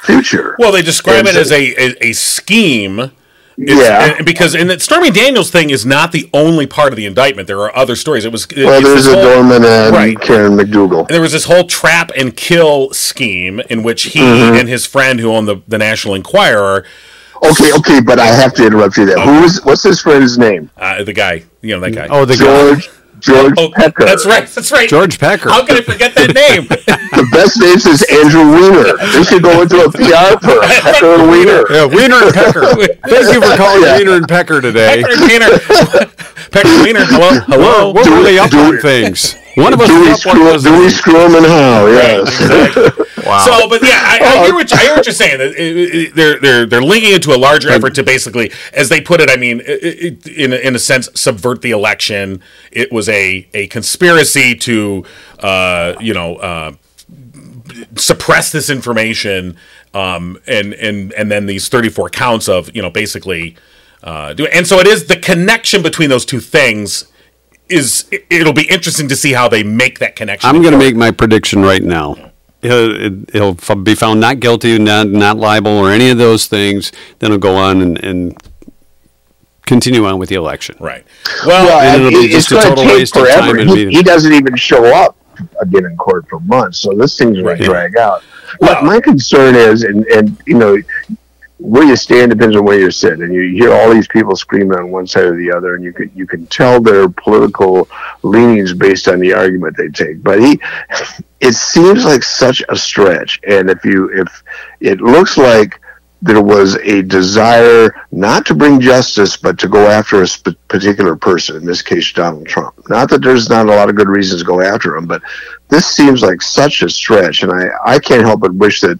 [SPEAKER 1] future.
[SPEAKER 4] Well, they describe it
[SPEAKER 1] There's
[SPEAKER 4] as a a, a scheme. It's-
[SPEAKER 1] yeah.
[SPEAKER 4] and- because and that Stormy Daniels thing is not the only part of the indictment. There are other stories. It was
[SPEAKER 1] well,
[SPEAKER 4] it's
[SPEAKER 1] there's
[SPEAKER 4] this
[SPEAKER 1] a
[SPEAKER 4] whole-
[SPEAKER 1] Dorman and
[SPEAKER 4] Right.
[SPEAKER 1] Karen McDougal.
[SPEAKER 4] there was this whole trap and kill scheme in which he
[SPEAKER 1] Mm-hmm.
[SPEAKER 4] and his friend who owned the, the National Enquirer,
[SPEAKER 1] Okay, okay, but I have to interrupt you there. Who is what's his friend's name?
[SPEAKER 4] uh, the guy, you know that guy.
[SPEAKER 3] Oh, the guy.
[SPEAKER 1] George George
[SPEAKER 4] Oh,
[SPEAKER 1] Pecker.
[SPEAKER 4] that's right. That's right.
[SPEAKER 3] George Pecker.
[SPEAKER 4] How could I forget that name?
[SPEAKER 1] The best name is Andrew Weiner. They should go into a PR firm. Pecker and Weiner.
[SPEAKER 3] Yeah, Wiener and Pecker. Thank you for calling
[SPEAKER 1] Yeah.
[SPEAKER 3] Wiener and Pecker today.
[SPEAKER 4] Pecker Wiener. Pecker Wiener. Hello. Hello.
[SPEAKER 3] We're really up
[SPEAKER 1] do
[SPEAKER 3] on
[SPEAKER 1] it.
[SPEAKER 3] things. One of us
[SPEAKER 1] Do
[SPEAKER 3] is
[SPEAKER 1] we
[SPEAKER 3] up, one of
[SPEAKER 1] screw
[SPEAKER 3] us
[SPEAKER 1] do we
[SPEAKER 3] isn't.
[SPEAKER 1] screw him and how? Yes.
[SPEAKER 3] Wow.
[SPEAKER 4] So, but yeah, I, I, hear what, I hear what you're saying. It- it- it- They're they're they're linking it to a larger effort to basically, as they put it, I mean, i- i- in a- in a sense, subvert the election. It was a a conspiracy to, uh, you know, uh, suppress this information, um, and and and then these 34 counts of you know basically, uh, do and so it is the connection between those two things. Is it- it'll be interesting to see how they make that connection.
[SPEAKER 3] I'm going to make my prediction right now. He'll, he'll f- be found not guilty, not, not liable, or any of those things. Then he'll go on and, and continue on with the election.
[SPEAKER 4] right. Well,
[SPEAKER 1] Well,
[SPEAKER 3] it'll
[SPEAKER 1] and
[SPEAKER 3] be
[SPEAKER 1] it-
[SPEAKER 3] just
[SPEAKER 1] it's
[SPEAKER 3] a
[SPEAKER 1] going to
[SPEAKER 3] total
[SPEAKER 1] take
[SPEAKER 3] waste of time
[SPEAKER 1] forever.
[SPEAKER 3] and
[SPEAKER 1] He,
[SPEAKER 3] meeting.
[SPEAKER 1] he doesn't even show up again in court for months, so this thing's going
[SPEAKER 4] Right.
[SPEAKER 1] to drag out.
[SPEAKER 4] Well-
[SPEAKER 1] But my concern is, and, and you know, where you stand depends on where you're sitting. And you hear all these people screaming on one side or the other, and you can you can tell their political leanings based on the argument they take. But he, it seems like such a stretch. And if you if it looks like there was a desire not to bring justice, but to go after a sp- particular person, in this case, Donald Trump. Not that there's not a lot of good reasons to go after him, but this seems like such a stretch. And I, I can't help but wish that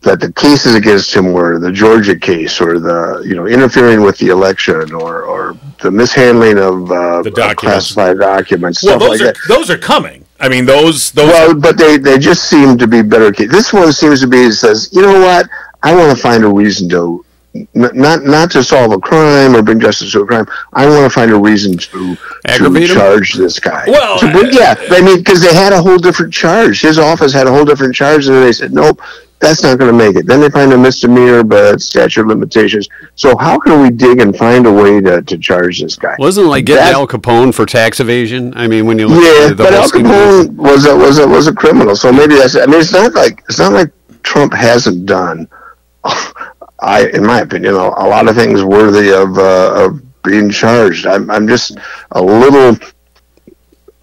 [SPEAKER 1] that the cases against him were the Georgia case or the, you know, interfering with the election or, or the mishandling of uh,
[SPEAKER 4] The documents.
[SPEAKER 1] classified documents,
[SPEAKER 4] well,
[SPEAKER 1] stuff
[SPEAKER 4] those
[SPEAKER 1] like
[SPEAKER 4] are
[SPEAKER 1] that.
[SPEAKER 4] those are coming. I mean, those those.
[SPEAKER 1] Well, but they, they just seem to be better. ca- This one seems to be it says, you know what? I want to find a reason to n- not not to solve a crime or bring justice to a crime. I want to find a reason to, to
[SPEAKER 3] Aggravate him?
[SPEAKER 1] charge this guy.
[SPEAKER 4] Well, uh,
[SPEAKER 1] To bring- yeah, I mean, because they had a whole different charge. His office had a whole different charge, and then they said, nope, that's not going to make it. Then they find a misdemeanor, but statute of limitations. So how can we dig and find a way to, to charge this guy?
[SPEAKER 3] Wasn't it like getting
[SPEAKER 1] That-
[SPEAKER 3] Al Capone for tax evasion? I mean, when you look
[SPEAKER 1] Yeah,
[SPEAKER 3] at the
[SPEAKER 1] but
[SPEAKER 3] whole
[SPEAKER 1] Al
[SPEAKER 3] scheme of
[SPEAKER 1] Capone was a was a was a criminal, so maybe that's. I mean, it's not like it's not like Trump hasn't done. I, in my opinion, a, a lot of things worthy of uh, of being charged. I'm I'm just a little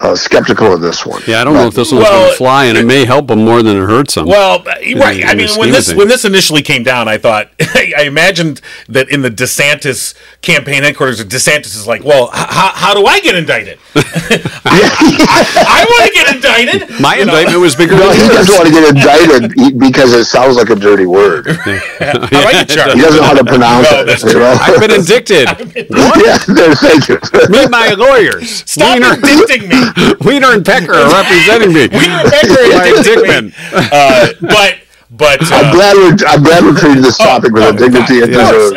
[SPEAKER 1] uh, skeptical of this one.
[SPEAKER 3] Yeah, I don't know if this one's
[SPEAKER 4] Well,
[SPEAKER 3] going to fly, and it may help them more than it hurts them.
[SPEAKER 4] Well, right. I
[SPEAKER 3] in the
[SPEAKER 4] mean,
[SPEAKER 3] scheme
[SPEAKER 4] when
[SPEAKER 3] of
[SPEAKER 4] this
[SPEAKER 3] things.
[SPEAKER 4] when this initially came down, I thought I imagined that in the DeSantis campaign headquarters, DeSantis is like, "Well, h- how, how do I get indicted? I, want to get indicted.
[SPEAKER 3] My
[SPEAKER 4] You know,
[SPEAKER 3] indictment was bigger
[SPEAKER 1] Well,
[SPEAKER 3] than
[SPEAKER 1] he
[SPEAKER 3] yours.
[SPEAKER 1] doesn't want to get indicted he- because it sounds like a dirty word.
[SPEAKER 4] How do I get charged?
[SPEAKER 1] He doesn't know how to pronounce
[SPEAKER 4] No,
[SPEAKER 1] it.
[SPEAKER 4] that's
[SPEAKER 1] you know?
[SPEAKER 3] I've been indicted.
[SPEAKER 1] yeah, there- thank you.
[SPEAKER 3] Meet my lawyers.
[SPEAKER 4] Stop
[SPEAKER 3] Wiener,
[SPEAKER 4] indicting me.
[SPEAKER 3] Wiener and Pecker are representing me.
[SPEAKER 4] Wiener and Pecker
[SPEAKER 3] My
[SPEAKER 4] indicted me.
[SPEAKER 3] indictment.
[SPEAKER 4] Uh, but but
[SPEAKER 1] I'm
[SPEAKER 4] uh,
[SPEAKER 1] glad we I'm glad we treated this topic with
[SPEAKER 4] oh,
[SPEAKER 1] the dignity it
[SPEAKER 4] of course,
[SPEAKER 1] deserves.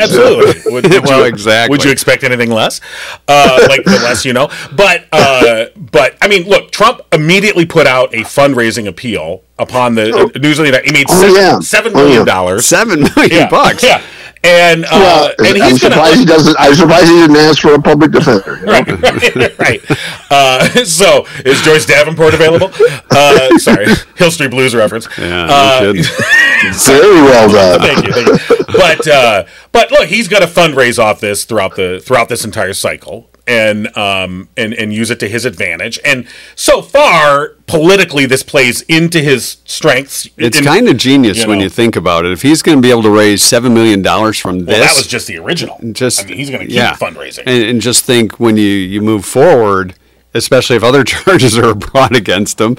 [SPEAKER 4] absolutely. Would, would
[SPEAKER 3] Well,
[SPEAKER 4] you,
[SPEAKER 3] exactly.
[SPEAKER 4] Would you expect anything less? Uh, like the less you know. But uh, but I mean, look, Trump immediately put out a fundraising appeal upon the uh, news of the event. He made
[SPEAKER 1] Oh,
[SPEAKER 4] seven,
[SPEAKER 1] yeah.
[SPEAKER 4] seven
[SPEAKER 1] Oh,
[SPEAKER 4] million
[SPEAKER 1] yeah.
[SPEAKER 4] dollars.
[SPEAKER 3] Seven million
[SPEAKER 4] yeah.
[SPEAKER 3] bucks.
[SPEAKER 4] Yeah. And uh,
[SPEAKER 1] Well,
[SPEAKER 4] and
[SPEAKER 1] I'm
[SPEAKER 4] he's gonna
[SPEAKER 1] surprised he doesn't. I'm surprised he didn't ask for a public defender. you know?
[SPEAKER 4] right, right, right. Uh, so is Joyce Davenport available? Uh, sorry, Hill Street Blues reference.
[SPEAKER 3] Yeah, no
[SPEAKER 4] Uh,
[SPEAKER 3] kidding.
[SPEAKER 1] Very well done.
[SPEAKER 4] thank you, thank you. But uh, but look, he's going to fundraise off this throughout the throughout this entire cycle, and um and and use it to his advantage. And so far, politically, this plays into his strengths.
[SPEAKER 3] It's
[SPEAKER 4] In-
[SPEAKER 3] kind of genius
[SPEAKER 4] you
[SPEAKER 3] when
[SPEAKER 4] know.
[SPEAKER 3] you think about it. If he's going to be able to raise seven million dollars from this,
[SPEAKER 4] well, that was just the original.
[SPEAKER 3] just
[SPEAKER 4] I mean, he's going to keep
[SPEAKER 3] yeah.
[SPEAKER 4] fundraising.
[SPEAKER 3] and, and just think when you you move forward especially if other charges are brought against him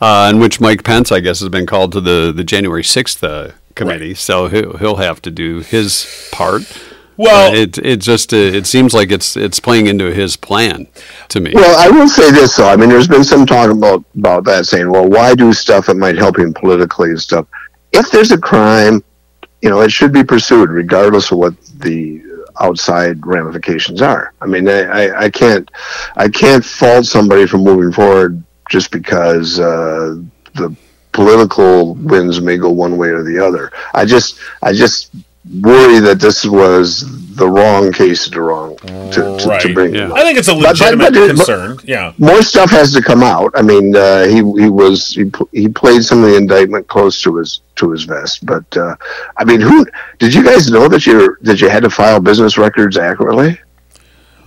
[SPEAKER 3] uh, in which mike pence i guess has been called to the the january 6th uh, committee so he'll, he'll have to do his part
[SPEAKER 4] Well-
[SPEAKER 3] Uh, it it just uh, it seems like it's it's playing into his plan to me
[SPEAKER 1] Well, I will say this though. I mean, there's been some talk about about that, saying, "Well, why do stuff that might help him politically and stuff?" If there's a crime, you know, it should be pursued regardless of what the outside ramifications are. I mean, I, I, I can't I can't fault somebody for moving forward just because uh, the political winds may go one way or the other. I just I just worry that this was the wrong case at the wrong to, to,
[SPEAKER 4] Right,
[SPEAKER 1] to bring.
[SPEAKER 3] yeah.
[SPEAKER 4] I think it's a
[SPEAKER 1] but-
[SPEAKER 4] legitimate
[SPEAKER 1] but- but-
[SPEAKER 4] concern. yeah.
[SPEAKER 1] more stuff has to come out. I mean, uh, he he was he, pl- he played some of the indictment close to his to his vest, but uh, I mean, who did you guys know that you that you had to file business records accurately?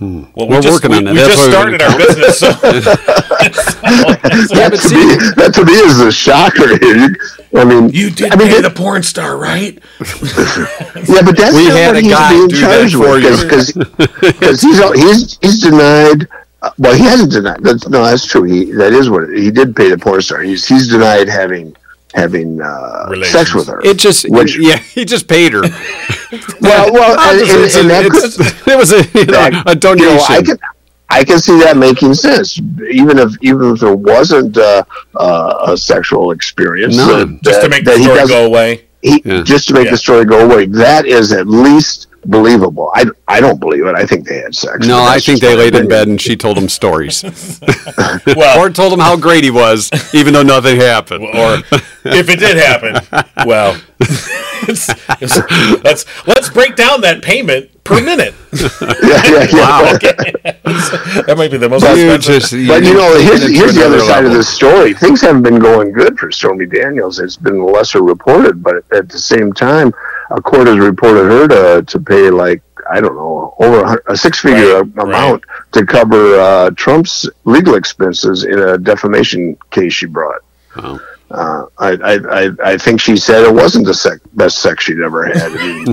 [SPEAKER 4] Well,
[SPEAKER 3] We're
[SPEAKER 4] just,
[SPEAKER 3] working on
[SPEAKER 4] we,
[SPEAKER 3] it.
[SPEAKER 4] We
[SPEAKER 3] That's
[SPEAKER 4] just
[SPEAKER 3] why we're
[SPEAKER 4] started
[SPEAKER 3] gonna-
[SPEAKER 4] our business. So,
[SPEAKER 1] That to me, that to me is a shocker. You- I mean,
[SPEAKER 4] you did
[SPEAKER 1] I mean,
[SPEAKER 4] pay
[SPEAKER 1] that-
[SPEAKER 4] the porn star, right?
[SPEAKER 1] Yeah, but that's
[SPEAKER 3] We
[SPEAKER 1] not
[SPEAKER 3] had
[SPEAKER 1] what
[SPEAKER 3] a
[SPEAKER 1] he's
[SPEAKER 3] guy
[SPEAKER 1] being
[SPEAKER 3] do
[SPEAKER 1] charged
[SPEAKER 3] that for you.
[SPEAKER 1] with because he's he's he's denied. uh, Well, he hasn't denied. That's, no, that's true. He that is what he did pay the porn star. He's he's denied having having uh,
[SPEAKER 4] Relations.
[SPEAKER 1] sex with her.
[SPEAKER 3] it just
[SPEAKER 1] Which-
[SPEAKER 3] yeah he just paid her
[SPEAKER 1] well, well, and, and,
[SPEAKER 3] It's-
[SPEAKER 1] and that
[SPEAKER 3] it's-
[SPEAKER 1] could-
[SPEAKER 3] it was a, you know,
[SPEAKER 1] that-
[SPEAKER 3] a
[SPEAKER 1] you
[SPEAKER 3] donation
[SPEAKER 1] know, I can I can see that making sense, even if even if there wasn't uh, uh, a sexual experience.
[SPEAKER 3] No.
[SPEAKER 1] that-
[SPEAKER 4] Just to
[SPEAKER 1] that-
[SPEAKER 4] make
[SPEAKER 1] that
[SPEAKER 4] the
[SPEAKER 1] he
[SPEAKER 4] story
[SPEAKER 1] doesn't-
[SPEAKER 4] go away.
[SPEAKER 1] he,
[SPEAKER 3] Yeah.
[SPEAKER 1] just to make
[SPEAKER 4] Yeah.
[SPEAKER 1] the story go away. That is at least believable. I, I don't believe it. I think they had sex.
[SPEAKER 3] no
[SPEAKER 1] But
[SPEAKER 3] i
[SPEAKER 1] that's
[SPEAKER 3] think
[SPEAKER 1] just
[SPEAKER 3] they
[SPEAKER 1] my
[SPEAKER 3] laid in
[SPEAKER 1] opinion.
[SPEAKER 3] bed and she told him stories
[SPEAKER 4] Well,
[SPEAKER 3] Or told him how great he was, even though nothing happened.
[SPEAKER 4] or if it did happen, well, it's- it's- let's let's break down that payment per minute.
[SPEAKER 1] Yeah, yeah, yeah.
[SPEAKER 4] that might be the most
[SPEAKER 3] You
[SPEAKER 4] expensive.
[SPEAKER 3] just-
[SPEAKER 1] But you know, here's,
[SPEAKER 3] to
[SPEAKER 1] here's the other
[SPEAKER 3] another
[SPEAKER 1] side of
[SPEAKER 3] level.
[SPEAKER 1] the story. Things haven't been going good for Stormy Daniels. It's been lesser reported, but at the same time, a court has reported her to, to pay like I don't know over a hun- a six figure
[SPEAKER 4] Right,
[SPEAKER 1] amount to cover uh, Trump's legal expenses in a defamation case she brought.
[SPEAKER 3] Wow.
[SPEAKER 1] Uh, I, I, I, I think she said it wasn't the sec- best sex she'd ever had. oh,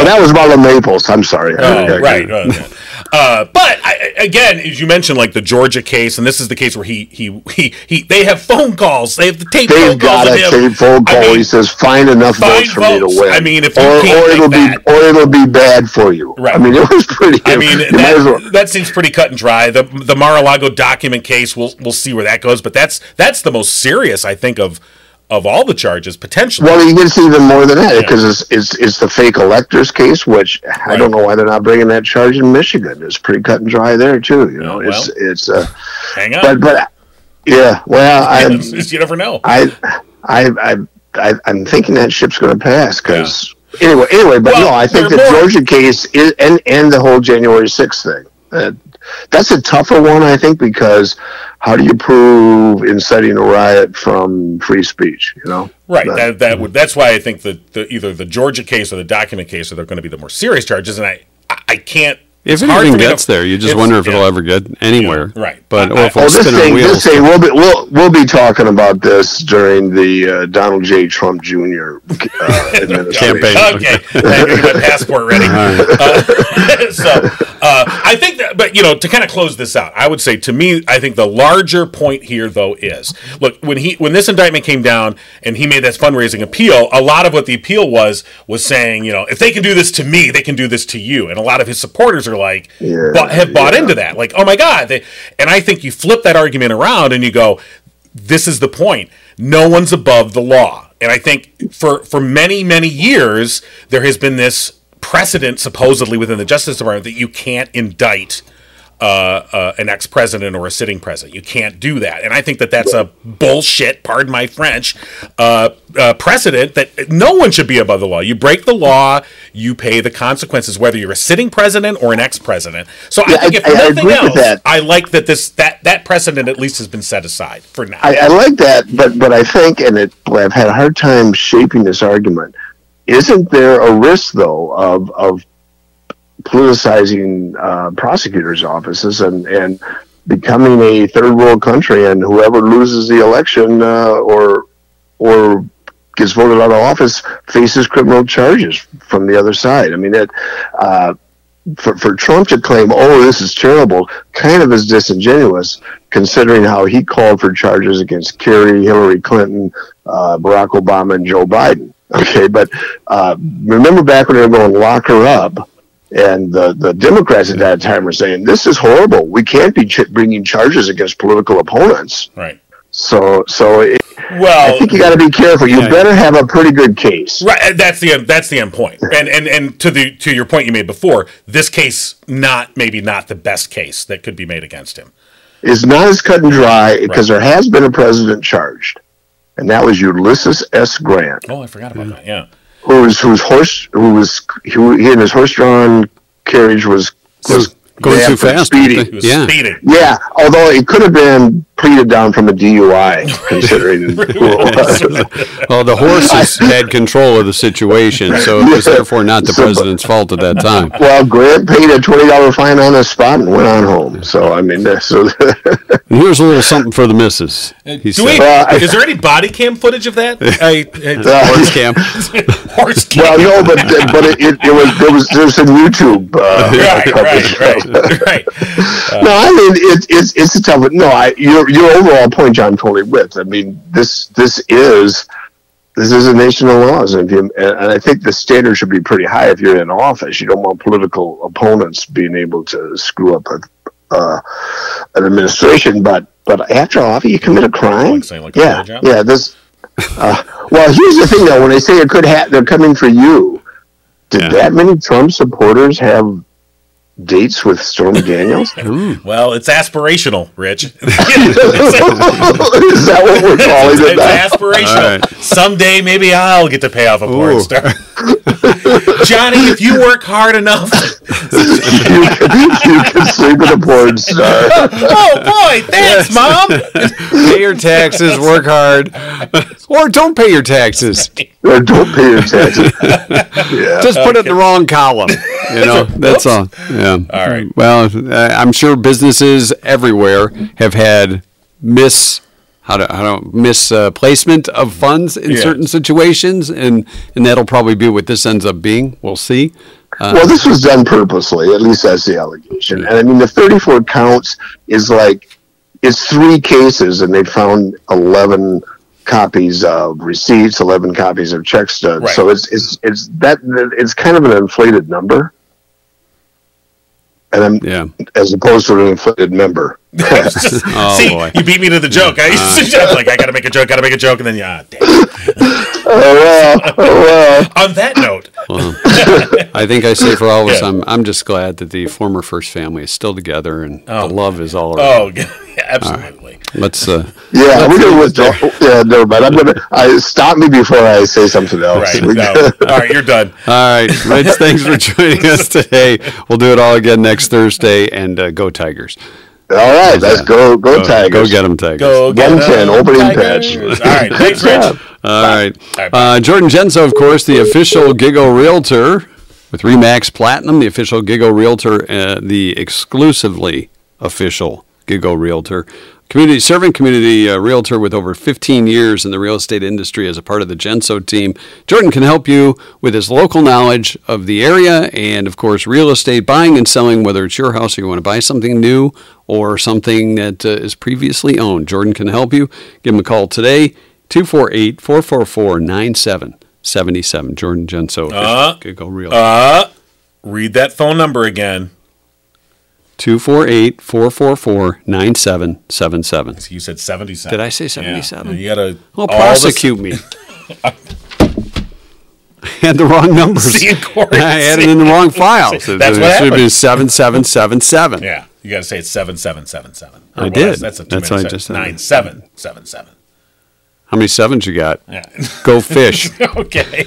[SPEAKER 1] that was about the Maples. I'm sorry.
[SPEAKER 4] Oh, right. right, right. Uh, but I, I- again, as you mentioned, like the Georgia case, and this is the case where he he he, he they have phone calls, they have the tape
[SPEAKER 1] They've
[SPEAKER 4] phone calls
[SPEAKER 1] got
[SPEAKER 4] of
[SPEAKER 1] a
[SPEAKER 4] him.
[SPEAKER 1] tape phone
[SPEAKER 4] I
[SPEAKER 1] call.
[SPEAKER 4] mean,
[SPEAKER 1] he says, "Find enough
[SPEAKER 4] find
[SPEAKER 1] votes for me
[SPEAKER 4] votes.
[SPEAKER 1] to win."
[SPEAKER 4] I mean, if you
[SPEAKER 1] or,
[SPEAKER 4] can't
[SPEAKER 1] or
[SPEAKER 4] make
[SPEAKER 1] it'll
[SPEAKER 4] that-
[SPEAKER 1] be or it'll be bad for you.
[SPEAKER 4] Right.
[SPEAKER 1] I mean, it was pretty.
[SPEAKER 4] I mean,
[SPEAKER 1] you might as well.
[SPEAKER 4] that, that seems pretty cut and dry. The the Mar-a-Lago document case, we'll we'll see where that goes, but that's that's the most serious I think of of all the charges potentially.
[SPEAKER 1] Well, he gets even more than that because it's, it's it's the fake electors case, which I don't know why they're not bringing that charge in Michigan. It's pretty cut and dry there too. You know,
[SPEAKER 4] Oh,
[SPEAKER 1] it's
[SPEAKER 4] well.
[SPEAKER 1] it's uh,
[SPEAKER 4] Hang
[SPEAKER 1] but
[SPEAKER 4] on,
[SPEAKER 1] but yeah. Well, I
[SPEAKER 4] you never know.
[SPEAKER 1] I I I, I I'm thinking that ship's going to pass because anyway anyway. But
[SPEAKER 4] Well,
[SPEAKER 1] no, I think
[SPEAKER 4] there
[SPEAKER 1] the
[SPEAKER 4] are more-
[SPEAKER 1] Georgia case is, and and the whole January sixth thing. Uh, that's a tougher one, I think, because how do you prove inciting a riot from free speech? You know,
[SPEAKER 4] Right.
[SPEAKER 1] But-
[SPEAKER 4] That that would that's why I think that the, either the Georgia case or the document case are going to be the more serious charges, and I I, I can't.
[SPEAKER 3] If
[SPEAKER 4] it's hard for
[SPEAKER 3] anything
[SPEAKER 4] me to-
[SPEAKER 3] gets there, you just
[SPEAKER 4] it's-
[SPEAKER 3] wonder if
[SPEAKER 4] yeah.
[SPEAKER 3] it'll ever get anywhere.
[SPEAKER 4] Yeah, right.
[SPEAKER 3] But or if
[SPEAKER 4] I-
[SPEAKER 1] Oh,
[SPEAKER 3] it'll
[SPEAKER 1] this
[SPEAKER 3] spin
[SPEAKER 1] thing,
[SPEAKER 3] our
[SPEAKER 1] this
[SPEAKER 3] wheels.
[SPEAKER 1] thing, we'll be we'll we'll be talking about this during the uh, Donald J. Trump Jr. Uh, administration.
[SPEAKER 3] Campaign.
[SPEAKER 4] Okay, I got my passport ready. Uh, so uh, I think that, but you know, to kind of close this out, I would say to me, I think the larger point here though is look when he when this indictment came down and he made that fundraising appeal, a lot of what the appeal was was saying, you know, if they can do this to me, they can do this to you, and a lot of his supporters are like,
[SPEAKER 1] Yeah,
[SPEAKER 4] but have bought
[SPEAKER 1] yeah.
[SPEAKER 4] into that, like, oh my god, they, and I think you flip that argument around and you go, this is the point. No one's above the law. And I think for for many many years there has been this precedent supposedly within the Justice Department that you can't indict uh, uh, an ex president or a sitting president. You can't do that. And I think that that's a bullshit, pardon my French, uh, uh, precedent that no one should be above the law. You break the law, you pay the consequences, whether you're a sitting president or an ex president. So I
[SPEAKER 1] Yeah,
[SPEAKER 4] think
[SPEAKER 1] I-
[SPEAKER 4] if
[SPEAKER 1] I- I
[SPEAKER 4] nothing
[SPEAKER 1] agree
[SPEAKER 4] else,
[SPEAKER 1] with that.
[SPEAKER 4] I like that this that that precedent at least has been set aside for now.
[SPEAKER 1] I, I like that, but but I think, and it, boy, I've had a hard time shaping this argument. Isn't there a risk though of of politicizing uh, prosecutors' offices and and becoming a third world country? And whoever loses the election uh, or or gets voted out of office faces criminal charges from the other side. I mean that. Uh, for, for Trump to claim, oh, this is terrible, kind of is disingenuous, considering how he called for charges against Kerry, Hillary Clinton, uh, Barack Obama, and Joe Biden. Okay, but uh, remember back when they were going lock her up, and the, the Democrats at that time were saying, this is horrible. We can't be ch- bringing charges against political opponents.
[SPEAKER 4] right.
[SPEAKER 1] So, so it, I
[SPEAKER 4] Well,
[SPEAKER 1] think you got to be careful. You
[SPEAKER 3] Yeah.
[SPEAKER 1] better have a pretty good case.
[SPEAKER 4] Right, and that's the that's the end point. And and and to the to your point you made before, this case not maybe not the best case that could be made against him.
[SPEAKER 1] is not as cut and dry because there has been a president charged, and that was Ulysses S. Grant,
[SPEAKER 4] Oh, I forgot about that. Yeah.
[SPEAKER 1] who was whose horse who was who he and his horse-drawn carriage was was
[SPEAKER 3] Going too
[SPEAKER 1] banned for
[SPEAKER 3] fast. aren't
[SPEAKER 4] He
[SPEAKER 1] speeding.
[SPEAKER 3] they?
[SPEAKER 4] was
[SPEAKER 3] Yeah.
[SPEAKER 4] speeding.
[SPEAKER 1] Yeah, although it could have been pleaded down from a DUI, considering who it was.
[SPEAKER 3] Well, the horses had control of the situation, so it was therefore not the president's fault at that time.
[SPEAKER 1] Well, Grant paid a twenty dollar fine on the spot and went on home. So I mean, that's- so
[SPEAKER 3] And here's a little something for the missus. He
[SPEAKER 4] Do we,
[SPEAKER 3] said.
[SPEAKER 1] Well, I-
[SPEAKER 4] is there any body cam footage of that? I, I,
[SPEAKER 3] Horse camp.
[SPEAKER 4] horse cam.
[SPEAKER 1] well, no, but but it, it, it was there was there's some YouTube. Uh,
[SPEAKER 4] right,
[SPEAKER 1] coverage.
[SPEAKER 4] right, right, right.
[SPEAKER 1] no, I mean it, it's it's a tough one. No, I your your overall point, John, totally with. I mean this this is this is a nation of laws, and, if you, and I think the standard should be pretty high if you're in office. You don't want political opponents being able to screw up a, uh, an administration, but but after all, if you commit a crime,
[SPEAKER 4] Like saying, like,
[SPEAKER 1] yeah,
[SPEAKER 4] blowjob?
[SPEAKER 1] yeah. This uh, well, here's the thing though. When they say it could happen, they're coming for you. Did
[SPEAKER 3] Yeah.
[SPEAKER 1] that many Trump supporters have dates with Stormy Daniels?
[SPEAKER 4] Well, it's aspirational, Rich.
[SPEAKER 1] is that what we're calling it
[SPEAKER 4] it's
[SPEAKER 1] now?
[SPEAKER 3] All
[SPEAKER 4] aspirational.
[SPEAKER 3] right.
[SPEAKER 4] Someday maybe I'll get to pay off a porn
[SPEAKER 3] Ooh.
[SPEAKER 4] star. Johnny, if you work hard enough.
[SPEAKER 1] you, can, you can sleep with a porn star.
[SPEAKER 4] oh boy, thanks, mom.
[SPEAKER 3] Pay your taxes, work hard, or don't pay your taxes.
[SPEAKER 1] Or don't pay your taxes. Yeah.
[SPEAKER 3] Just put it in the wrong column. You know, that's all. Yeah.
[SPEAKER 4] All right.
[SPEAKER 3] Well, uh, I'm sure businesses everywhere have had mis how do, how do misplacement of funds in
[SPEAKER 4] Yeah.
[SPEAKER 3] certain situations, and and that'll probably be what this ends up being. We'll see.
[SPEAKER 1] well, this was done purposely. At least that's the allegation. And I mean, the 34 counts is like it's three cases, and they found 11 copies of receipts, 11 copies of check stubs.
[SPEAKER 4] Right.
[SPEAKER 1] So it's it's it's that it's kind of an inflated number, and I'm,
[SPEAKER 3] Yeah.
[SPEAKER 1] as opposed to an inflated member.
[SPEAKER 4] It's just-
[SPEAKER 3] Oh,
[SPEAKER 4] see,
[SPEAKER 3] boy. Uh,
[SPEAKER 4] you beat me to the joke. I used to, I'm like, I gotta make a joke, gotta make a joke, and then yeah. damn it.
[SPEAKER 1] Oh well, oh well.
[SPEAKER 4] On that note,
[SPEAKER 3] I think I say for all of us,
[SPEAKER 4] Yeah.
[SPEAKER 3] I'm, I'm just glad that the former first family is still together and
[SPEAKER 4] Oh.
[SPEAKER 3] the love is all around.
[SPEAKER 4] oh, yeah, absolutely.
[SPEAKER 3] Let's, uh,
[SPEAKER 1] Yeah, we're gonna withdraw. Yeah, never mind. I'm gonna I, stop me before I say something else.
[SPEAKER 4] Right.
[SPEAKER 1] We-
[SPEAKER 4] No. All right, you're done.
[SPEAKER 3] all right, Rich, thanks for joining us today. We'll do it all again next Thursday and uh, go Tigers.
[SPEAKER 1] All right, let's go, go,
[SPEAKER 3] Go
[SPEAKER 1] Tigers.
[SPEAKER 3] get them, Tigers.
[SPEAKER 4] Go get
[SPEAKER 1] 110,
[SPEAKER 4] them,
[SPEAKER 1] opening
[SPEAKER 4] Tigers. All right, thanks, Rich.
[SPEAKER 3] All right.
[SPEAKER 4] All right.
[SPEAKER 3] Uh, Jordan Genso, of course, the official Gigo Realtor with Remax Platinum, the official Gigo Realtor, uh, the exclusively official Gigo Realtor. Community servant community uh, realtor with over 15 years in the real estate industry as a part of the Genso team. Jordan can help you with his local knowledge of the area and, of course, real estate buying and selling, whether it's your house or you want to buy something new or something that uh, is previously owned. Jordan can help you. Give him a call today, 248 444 9777. Jordan Genso.
[SPEAKER 4] Uh,
[SPEAKER 3] Could go real.
[SPEAKER 4] Uh, read that phone number again.
[SPEAKER 3] 248 444 9777.
[SPEAKER 4] You said 77.
[SPEAKER 3] Did I say
[SPEAKER 4] Yeah.
[SPEAKER 3] 77?
[SPEAKER 4] You gotta
[SPEAKER 3] Well,
[SPEAKER 4] all this-
[SPEAKER 3] prosecute me. I had the wrong numbers.
[SPEAKER 4] See in court.
[SPEAKER 3] I had it in the wrong files.
[SPEAKER 4] That's
[SPEAKER 3] it
[SPEAKER 4] what
[SPEAKER 3] should be
[SPEAKER 4] happened.
[SPEAKER 3] 7777.
[SPEAKER 4] Yeah, you gotta say it's seven seven seven seven.
[SPEAKER 3] I
[SPEAKER 4] Or, well,
[SPEAKER 3] did.
[SPEAKER 4] That's, that's a two
[SPEAKER 3] That's
[SPEAKER 4] that's
[SPEAKER 3] what I
[SPEAKER 4] minute
[SPEAKER 3] just
[SPEAKER 4] just
[SPEAKER 3] said.
[SPEAKER 4] nine seven seven seven.
[SPEAKER 3] How many sevens you got?
[SPEAKER 4] Yeah.
[SPEAKER 3] Go fish.
[SPEAKER 4] okay.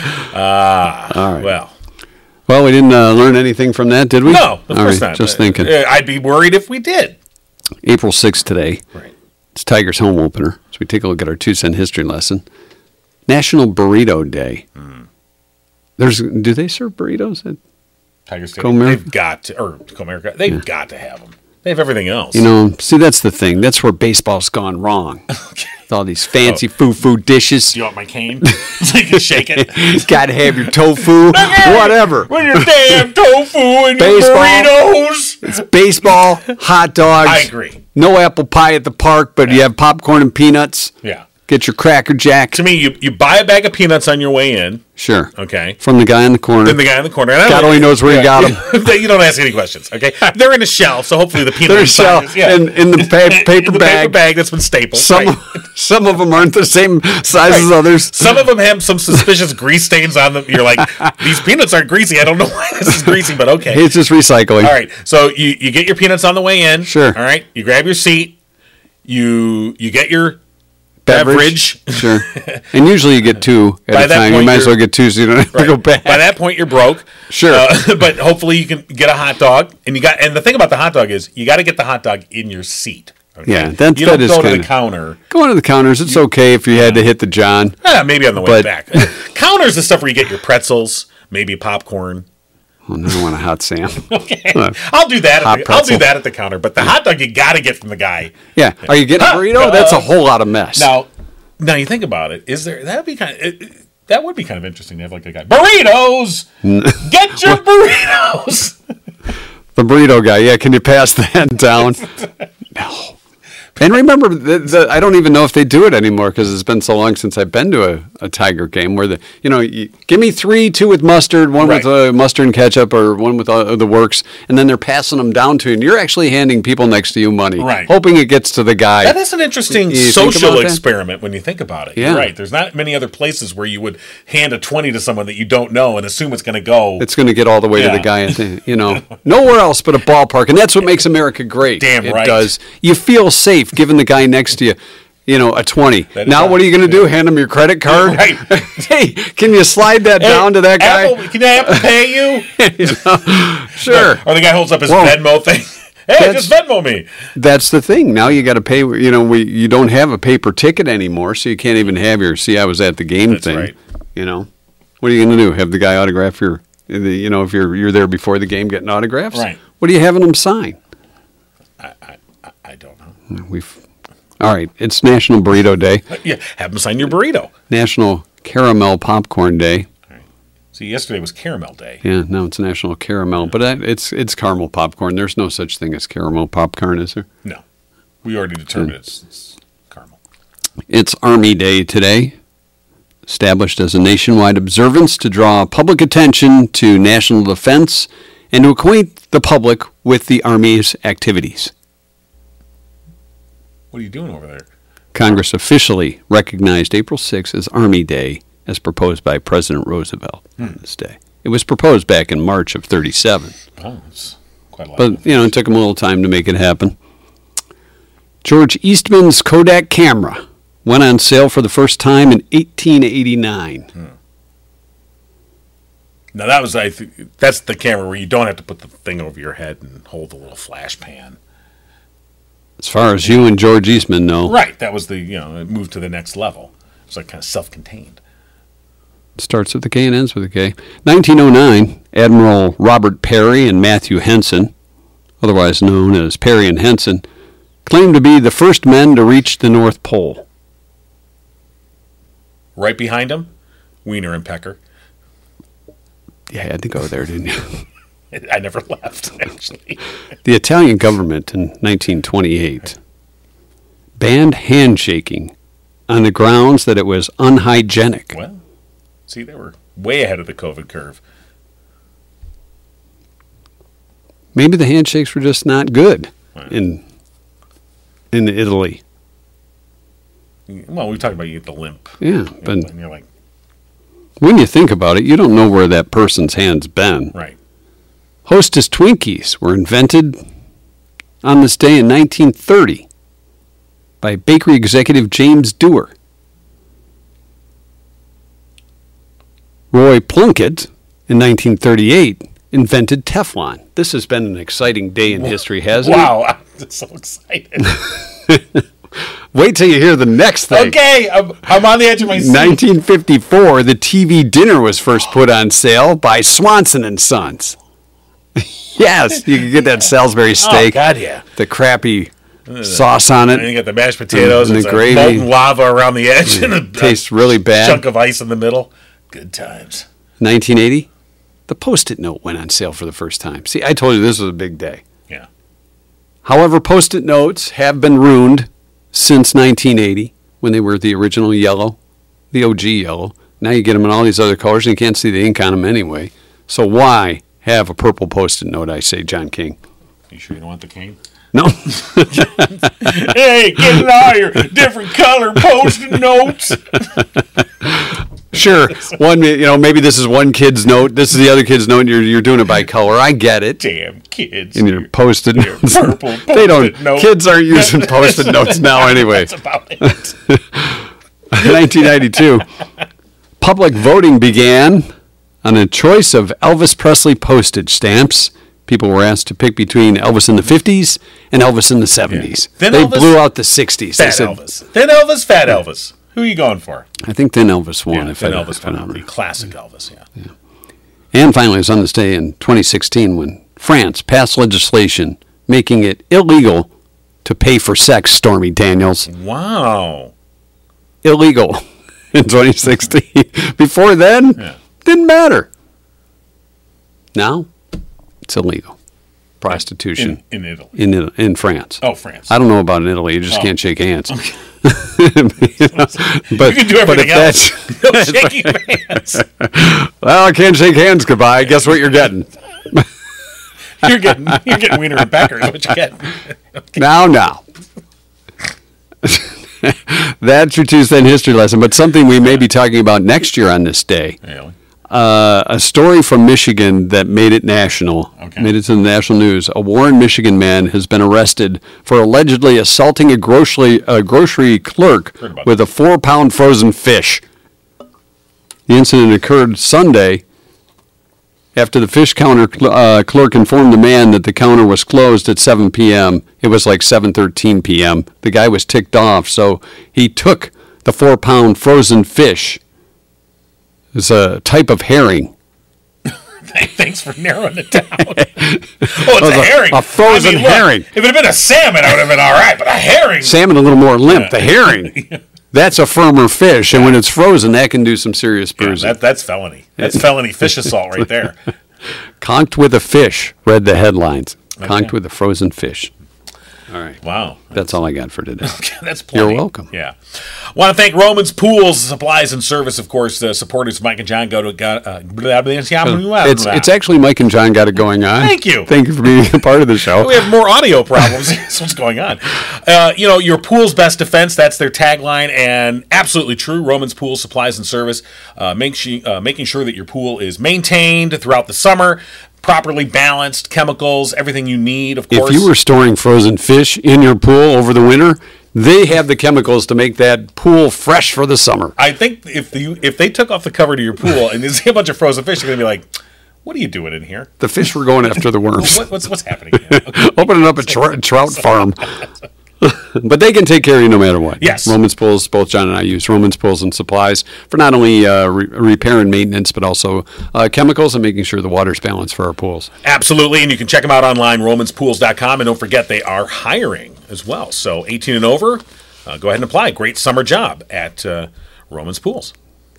[SPEAKER 4] Ah. Well.
[SPEAKER 3] well, we didn't uh, learn anything from that, did we?
[SPEAKER 4] No, of
[SPEAKER 3] All
[SPEAKER 4] course
[SPEAKER 3] right,
[SPEAKER 4] not.
[SPEAKER 3] Just
[SPEAKER 4] Uh,
[SPEAKER 3] thinking.
[SPEAKER 4] uh, I'd be worried if we did.
[SPEAKER 3] April 6th today.
[SPEAKER 4] Right.
[SPEAKER 3] It's Tiger's home opener. So we take a look at our two cent history lesson. National Burrito Day.
[SPEAKER 4] Hmm.
[SPEAKER 3] There's do they serve burritos? at-
[SPEAKER 4] Tigers.
[SPEAKER 3] Comer-
[SPEAKER 4] They've got to, or Comerica. They've got to have them. They have everything else.
[SPEAKER 3] You know, see that's the thing. That's where baseball's gone wrong. With all these fancy foo-foo dishes.
[SPEAKER 4] Do Oh. you want my cane? so you can shake it.
[SPEAKER 3] Got to have your tofu, whatever.
[SPEAKER 4] With your damn tofu and your
[SPEAKER 3] Baseball.
[SPEAKER 4] burritos.
[SPEAKER 3] It's baseball, hot dogs.
[SPEAKER 4] I agree.
[SPEAKER 3] No apple pie at the park, but you have popcorn and peanuts.
[SPEAKER 4] Yeah.
[SPEAKER 3] Get your cracker jack.
[SPEAKER 4] To me, you, you buy a bag of peanuts on your way in.
[SPEAKER 3] Sure.
[SPEAKER 4] Okay.
[SPEAKER 3] From the guy in the corner.
[SPEAKER 4] Then the guy in the corner. and I
[SPEAKER 3] God
[SPEAKER 4] don't-
[SPEAKER 3] only knows where he got 'em.
[SPEAKER 4] you don't ask any questions. Okay. They're in a shell, so hopefully the peanut
[SPEAKER 3] They're
[SPEAKER 4] inside
[SPEAKER 3] shell
[SPEAKER 4] is- yeah.
[SPEAKER 3] in, in the pa- paper
[SPEAKER 4] In the
[SPEAKER 3] bag.
[SPEAKER 4] paper bag that's been stapled.
[SPEAKER 3] Some
[SPEAKER 4] right.
[SPEAKER 3] some of them aren't the same size as
[SPEAKER 4] Right.
[SPEAKER 3] others.
[SPEAKER 4] Some of them have some suspicious grease stains on them. You're like, these peanuts aren't greasy. I don't know why this is greasy, but okay.
[SPEAKER 3] It's just recycling.
[SPEAKER 4] All right. So you, you get your peanuts on the way in.
[SPEAKER 3] Sure.
[SPEAKER 4] All right. You grab your seat. You you get your beverage.
[SPEAKER 3] Sure. and usually you get two at
[SPEAKER 4] By
[SPEAKER 3] a
[SPEAKER 4] that
[SPEAKER 3] time. You
[SPEAKER 4] point,
[SPEAKER 3] might as well
[SPEAKER 4] you're-
[SPEAKER 3] get two so you don't have to go back.
[SPEAKER 4] By that point, you're broke.
[SPEAKER 3] Sure.
[SPEAKER 4] Uh, but hopefully, you can get a hot dog. And you got and the thing about the hot dog is you got to get the hot dog in your seat. okay?
[SPEAKER 3] Yeah, that-
[SPEAKER 4] you
[SPEAKER 3] that
[SPEAKER 4] don't
[SPEAKER 3] is
[SPEAKER 4] go to the
[SPEAKER 3] kinda-
[SPEAKER 4] counter.
[SPEAKER 3] Going to the counters, it's okay if you had to hit the John.
[SPEAKER 4] Eh, maybe on the way
[SPEAKER 3] But-
[SPEAKER 4] back. Counters the stuff where you get your pretzels, maybe popcorn.
[SPEAKER 3] Well, I don't want a hot Sam.
[SPEAKER 4] I'll do
[SPEAKER 3] Hot
[SPEAKER 4] that. At the, I'll
[SPEAKER 3] pretzel.
[SPEAKER 4] do that at the counter. But the hot dog you got to get from the guy.
[SPEAKER 3] Yeah. Are you getting a burrito? That's a whole lot of mess.
[SPEAKER 4] Now, now you think about it. Is there that would be kind of it, it- that would be kind of interesting to have like a guy burritos. Get your burritos.
[SPEAKER 3] The burrito guy. Yeah. Can you pass that down? no. And remember, the, the, I don't even know if they do it anymore because it's been so long since I've been to a, a Tiger game where the, you know, you, give me three, two with mustard, one with
[SPEAKER 4] Right.
[SPEAKER 3] uh, mustard and ketchup, or one with uh, the works, and then they're passing them down to you, and you're actually handing people next to you money,
[SPEAKER 4] Right.
[SPEAKER 3] hoping it gets to the guy.
[SPEAKER 4] That is an interesting
[SPEAKER 3] You think about
[SPEAKER 4] social
[SPEAKER 3] that?
[SPEAKER 4] experiment when you think about it.
[SPEAKER 3] Yeah.
[SPEAKER 4] You're right. There's not many other places where you would hand a twenty to someone that you don't know and assume it's going to go.
[SPEAKER 3] it's going to get all the way to
[SPEAKER 4] Yeah.
[SPEAKER 3] the guy at the, you know nowhere else but a ballpark and that's what makes america great
[SPEAKER 4] Damn
[SPEAKER 3] it
[SPEAKER 4] right.
[SPEAKER 3] does you feel safe giving the guy next to you you know a 20
[SPEAKER 4] That is
[SPEAKER 3] now what
[SPEAKER 4] right.
[SPEAKER 3] are you going to do hand him your credit card
[SPEAKER 4] Right.
[SPEAKER 3] hey can you slide that down to that guy
[SPEAKER 4] Apple, can I Apple pay you?
[SPEAKER 3] sure
[SPEAKER 4] Or the guy holds up his
[SPEAKER 3] Whoa.
[SPEAKER 4] Venmo thing. Hey,
[SPEAKER 3] That's-
[SPEAKER 4] just Venmo me.
[SPEAKER 3] that's the thing now you got to pay you know we you don't have a paper ticket anymore so you can't even have your see i was at the game
[SPEAKER 4] That's
[SPEAKER 3] thing
[SPEAKER 4] right.
[SPEAKER 3] you know what are you going to do have the guy autograph your the, you know if you're you're there before the game getting autographs
[SPEAKER 4] Right.
[SPEAKER 3] what are you having them sign
[SPEAKER 4] I don't know.
[SPEAKER 3] We've all right. It's National Burrito Day,
[SPEAKER 4] Yeah, have him sign your burrito.
[SPEAKER 3] National Caramel Popcorn Day.
[SPEAKER 4] See, yesterday was caramel day.
[SPEAKER 3] Yeah, no, it's National Caramel, but I, it's it's caramel popcorn. There's no such thing as caramel popcorn, is there?
[SPEAKER 4] No, we already
[SPEAKER 3] Hmm.
[SPEAKER 4] determined it's, it's caramel.
[SPEAKER 3] It's Army Day today, established as a nationwide observance to draw public attention to national defense and to acquaint the public with the Army's activities.
[SPEAKER 4] What are you doing over there?
[SPEAKER 3] Congress officially recognized April 6th as Army Day as proposed by President Roosevelt on this day. It was proposed back in March of 37,
[SPEAKER 4] Oh, it's quite a lot.
[SPEAKER 3] but you know, it took him a little time to make it happen. George Eastman's Kodak camera went on sale for the first time in 1889.
[SPEAKER 4] now that was I. Th- that's the camera where you don't have to put the thing over your head and hold the little flash pan.
[SPEAKER 3] As far as you and George Eastman know,
[SPEAKER 4] Right. That was the you know it moved to the next level. It's like kind of self-contained.
[SPEAKER 3] starts with a K and ends with a K. 1909, Admiral Robert Perry and Matthew Henson, otherwise known as Perry and Henson, claimed to be the first men to reach the North Pole.
[SPEAKER 4] Right behind him, Wiener and Pecker.
[SPEAKER 3] Yeah, you had to go there, didn't you?
[SPEAKER 4] I never left actually.
[SPEAKER 3] The Italian government in 1928 banned handshaking on the grounds that it was unhygienic.
[SPEAKER 4] well, see, they were way ahead of the COVID curve.
[SPEAKER 3] Maybe the handshakes were just not good in in Italy.
[SPEAKER 4] Well, we talked about you get the limp.
[SPEAKER 3] Yeah, but
[SPEAKER 4] and you're like,
[SPEAKER 3] when you think about it, you don't know where that person's hand's been.
[SPEAKER 4] right.
[SPEAKER 3] Hostess Twinkies were invented on this day in 1930 by bakery executive James Dewar. Roy Plunkett in 1938 invented Teflon. This has been an exciting day in history, hasn't
[SPEAKER 4] Wow, I'm just so excited.
[SPEAKER 3] it? Wait till you hear the next thing.
[SPEAKER 4] okay, I'm, I'm on the edge of my seat.
[SPEAKER 3] 1954, the TV dinner was first put on sale by Swanson and Sons. yes, you could get that Salisbury
[SPEAKER 4] Oh
[SPEAKER 3] steak.
[SPEAKER 4] God, yeah.
[SPEAKER 3] the crappy sauce on
[SPEAKER 4] And you
[SPEAKER 3] it.
[SPEAKER 4] got the mashed potatoes
[SPEAKER 3] And
[SPEAKER 4] and
[SPEAKER 3] the
[SPEAKER 4] the
[SPEAKER 3] gravy. Mm.
[SPEAKER 4] molten lava around the edge and a
[SPEAKER 3] Tastes really
[SPEAKER 4] chunk
[SPEAKER 3] bad.
[SPEAKER 4] of ice in the middle. Good times.
[SPEAKER 3] 1980, the Post-it note went on sale for the first time. See, I told you this was a big day.
[SPEAKER 4] Yeah.
[SPEAKER 3] However, Post-it notes have been ruined since 1980 when they were the original yellow, the OG yellow. Now you get them in all these other colors and you can't see the ink on them anyway. So why have a purple Post-it note? I say, John King.
[SPEAKER 4] You sure you don't want the cane?
[SPEAKER 3] No,
[SPEAKER 4] Hey, get it all your different color post-it notes.
[SPEAKER 3] sure. One, you know, maybe this is one kid's note. This is the other kid's note. And you're you're doing it by color. I get it.
[SPEAKER 4] Damn kids.
[SPEAKER 3] in your post-it notes.
[SPEAKER 4] purple
[SPEAKER 3] they don't.
[SPEAKER 4] Post-it note.
[SPEAKER 3] Kids aren't using post-it notes now anyway.
[SPEAKER 4] That's about it.
[SPEAKER 3] 1992, public voting began on a choice of Elvis Presley postage stamps. People were asked to pick between Elvis in the 50s and Elvis in the 70s.
[SPEAKER 4] Then
[SPEAKER 3] They
[SPEAKER 4] Elvis-
[SPEAKER 3] blew out the 60s. They
[SPEAKER 4] Fat
[SPEAKER 3] said-
[SPEAKER 4] Elvis. Thin Elvis, fat Elvis. Who are you going for?
[SPEAKER 3] I think then Elvis won. if
[SPEAKER 4] thin
[SPEAKER 3] I,
[SPEAKER 4] Elvis.
[SPEAKER 3] if I don't
[SPEAKER 4] went out. The
[SPEAKER 3] remember.
[SPEAKER 4] classic Elvis, yeah.
[SPEAKER 3] And finally, it was on this day in 2016 when France passed legislation making it illegal to pay for sex, Stormy Daniels.
[SPEAKER 4] Wow.
[SPEAKER 3] illegal in 2016. Before then,
[SPEAKER 4] Yeah.
[SPEAKER 3] didn't matter. Now, it's illegal. Prostitution
[SPEAKER 4] In, in Italy.
[SPEAKER 3] in in, France.
[SPEAKER 4] Oh, France.
[SPEAKER 3] I don't know about in Italy. You just
[SPEAKER 4] Oh.
[SPEAKER 3] can't shake hands. You know, but
[SPEAKER 4] you can do
[SPEAKER 3] but if
[SPEAKER 4] everything else.
[SPEAKER 3] that's
[SPEAKER 4] No shaking hands.
[SPEAKER 3] well, I can't shake hands. Goodbye. Guess what you're getting
[SPEAKER 4] You're getting you're getting Wiener and Becker. Is what you get?
[SPEAKER 3] now. Now. That's your Tuesday in history lesson, but something we may be talking about next year on this day.
[SPEAKER 4] Really?
[SPEAKER 3] uh, a story from Michigan that made it national,
[SPEAKER 4] Okay.
[SPEAKER 3] made it to the national news. A Warren, Michigan man has been arrested for allegedly assaulting a grocery a grocery clerk
[SPEAKER 4] Heard about
[SPEAKER 3] with a four pound frozen fish. The incident occurred Sunday after the fish counter cl- uh, clerk informed the man that the counter was closed at 7 p.m. It was like 7:13 p.m. The guy was ticked off, so he took the four-pound frozen fish. It's a type of herring.
[SPEAKER 4] Thanks for narrowing it down. oh, it's
[SPEAKER 3] a-
[SPEAKER 4] a herring.
[SPEAKER 3] a frozen
[SPEAKER 4] look,
[SPEAKER 3] herring.
[SPEAKER 4] If it had been a salmon, I would have been all right. But a herring.
[SPEAKER 3] Salmon a little more limp. The herring. That's a firmer fish, and when it's frozen, that can do some serious
[SPEAKER 4] Yeah,
[SPEAKER 3] bruising.
[SPEAKER 4] that, that's felony. That's felony fish assault right there.
[SPEAKER 3] Conked with a fish, read the headlines. Conked with a frozen fish. All right.
[SPEAKER 4] Wow.
[SPEAKER 3] That's all I got for today.
[SPEAKER 4] That's plenty.
[SPEAKER 3] You're welcome.
[SPEAKER 4] Yeah. Want to thank Romans Pools Supplies and Service, of course, the supporters of Mike and John go to. go- Uh, blah, blah, blah, blah,
[SPEAKER 3] It's,
[SPEAKER 4] blah.
[SPEAKER 3] it's actually Mike and John got it going on.
[SPEAKER 4] Thank you.
[SPEAKER 3] Thank you for being a part of the show.
[SPEAKER 4] we have more audio problems. That's what's going on. Uh, you know, your pool's best defense. That's their tagline, and absolutely true. Romans Pool Supplies and Service uh, makes you, uh, making sure that your pool is maintained throughout the summer, properly balanced, chemicals, everything you need. Of course,
[SPEAKER 3] If you were storing frozen fish in your pool over the winter, they have the chemicals to make that pool fresh for the summer.
[SPEAKER 4] I think if you if they took off the cover to your pool and there's a bunch of frozen fish, they're gonna be like, "What are you doing in here?
[SPEAKER 3] The fish were going after the worms,
[SPEAKER 4] What, what's what's happening?" Here? Okay.
[SPEAKER 3] opening up a tr- trout farm. but they can take care of you no matter what.
[SPEAKER 4] Yes.
[SPEAKER 3] Romans Pools, both John and I use Romans Pools and supplies for not only uh, re- repair and maintenance, but also uh, chemicals and making sure the water's balanced for our pools.
[SPEAKER 4] Absolutely, and you can check them out online, RomansPools.com, and don't forget they are hiring as well. So 18 and over, uh, go ahead and apply. Great summer job at uh, Romans Pools.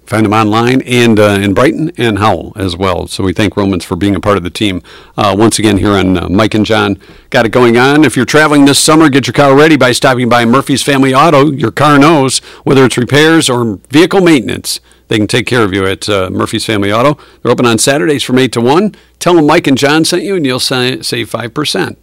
[SPEAKER 3] Find them online and uh, in Brighton and Howell as well. So we thank Romans for being a part of the team. Uh, once again, here on uh, Mike and John, got it going on. If you're traveling this summer, get your car ready by stopping by Murphy's Family Auto. Your car knows whether it's repairs or vehicle maintenance. They can take care of you at uh, Murphy's Family Auto. They're open on Saturdays from 8 to 1. Tell them Mike and John sent you, and you'll sa- save 5%.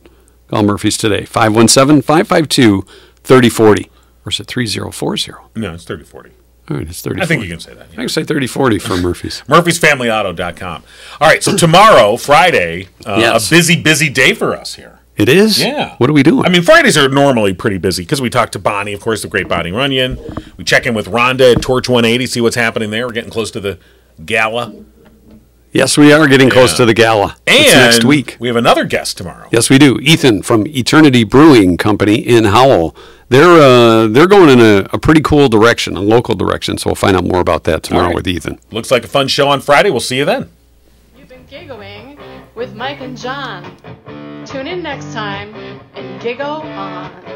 [SPEAKER 3] Call Murphy's today, 517 552 3040. Or is it 3040?
[SPEAKER 4] No, it's 3040.
[SPEAKER 3] All right, it's 3040.
[SPEAKER 4] I think you can say that.
[SPEAKER 3] I can say 30 40 for Murphy's.
[SPEAKER 4] Murphy'sFamilyAuto.com. All right, so tomorrow, Friday, uh,
[SPEAKER 3] Yes.
[SPEAKER 4] a busy, busy day for us here.
[SPEAKER 3] It is?
[SPEAKER 4] Yeah.
[SPEAKER 3] What are we doing?
[SPEAKER 4] I mean, Fridays are normally pretty busy because we talk to Bonnie, of course, the great Bonnie Runyon. We check in with Rhonda at Torch 180, see what's happening there. We're getting close to the gala.
[SPEAKER 3] yes, we are getting close
[SPEAKER 4] Yeah.
[SPEAKER 3] to the gala.
[SPEAKER 4] And
[SPEAKER 3] it's next week.
[SPEAKER 4] we have another guest tomorrow.
[SPEAKER 3] Yes, we do. Ethan from Eternity Brewing Company in Howell. They're uh, they're going in a, a pretty cool direction, a local direction. So we'll find out more about that tomorrow
[SPEAKER 4] right.
[SPEAKER 3] with Ethan.
[SPEAKER 4] Looks like a fun show on Friday. We'll see you then.
[SPEAKER 5] You've been giggling with Mike and John. Tune in next time and giggle on.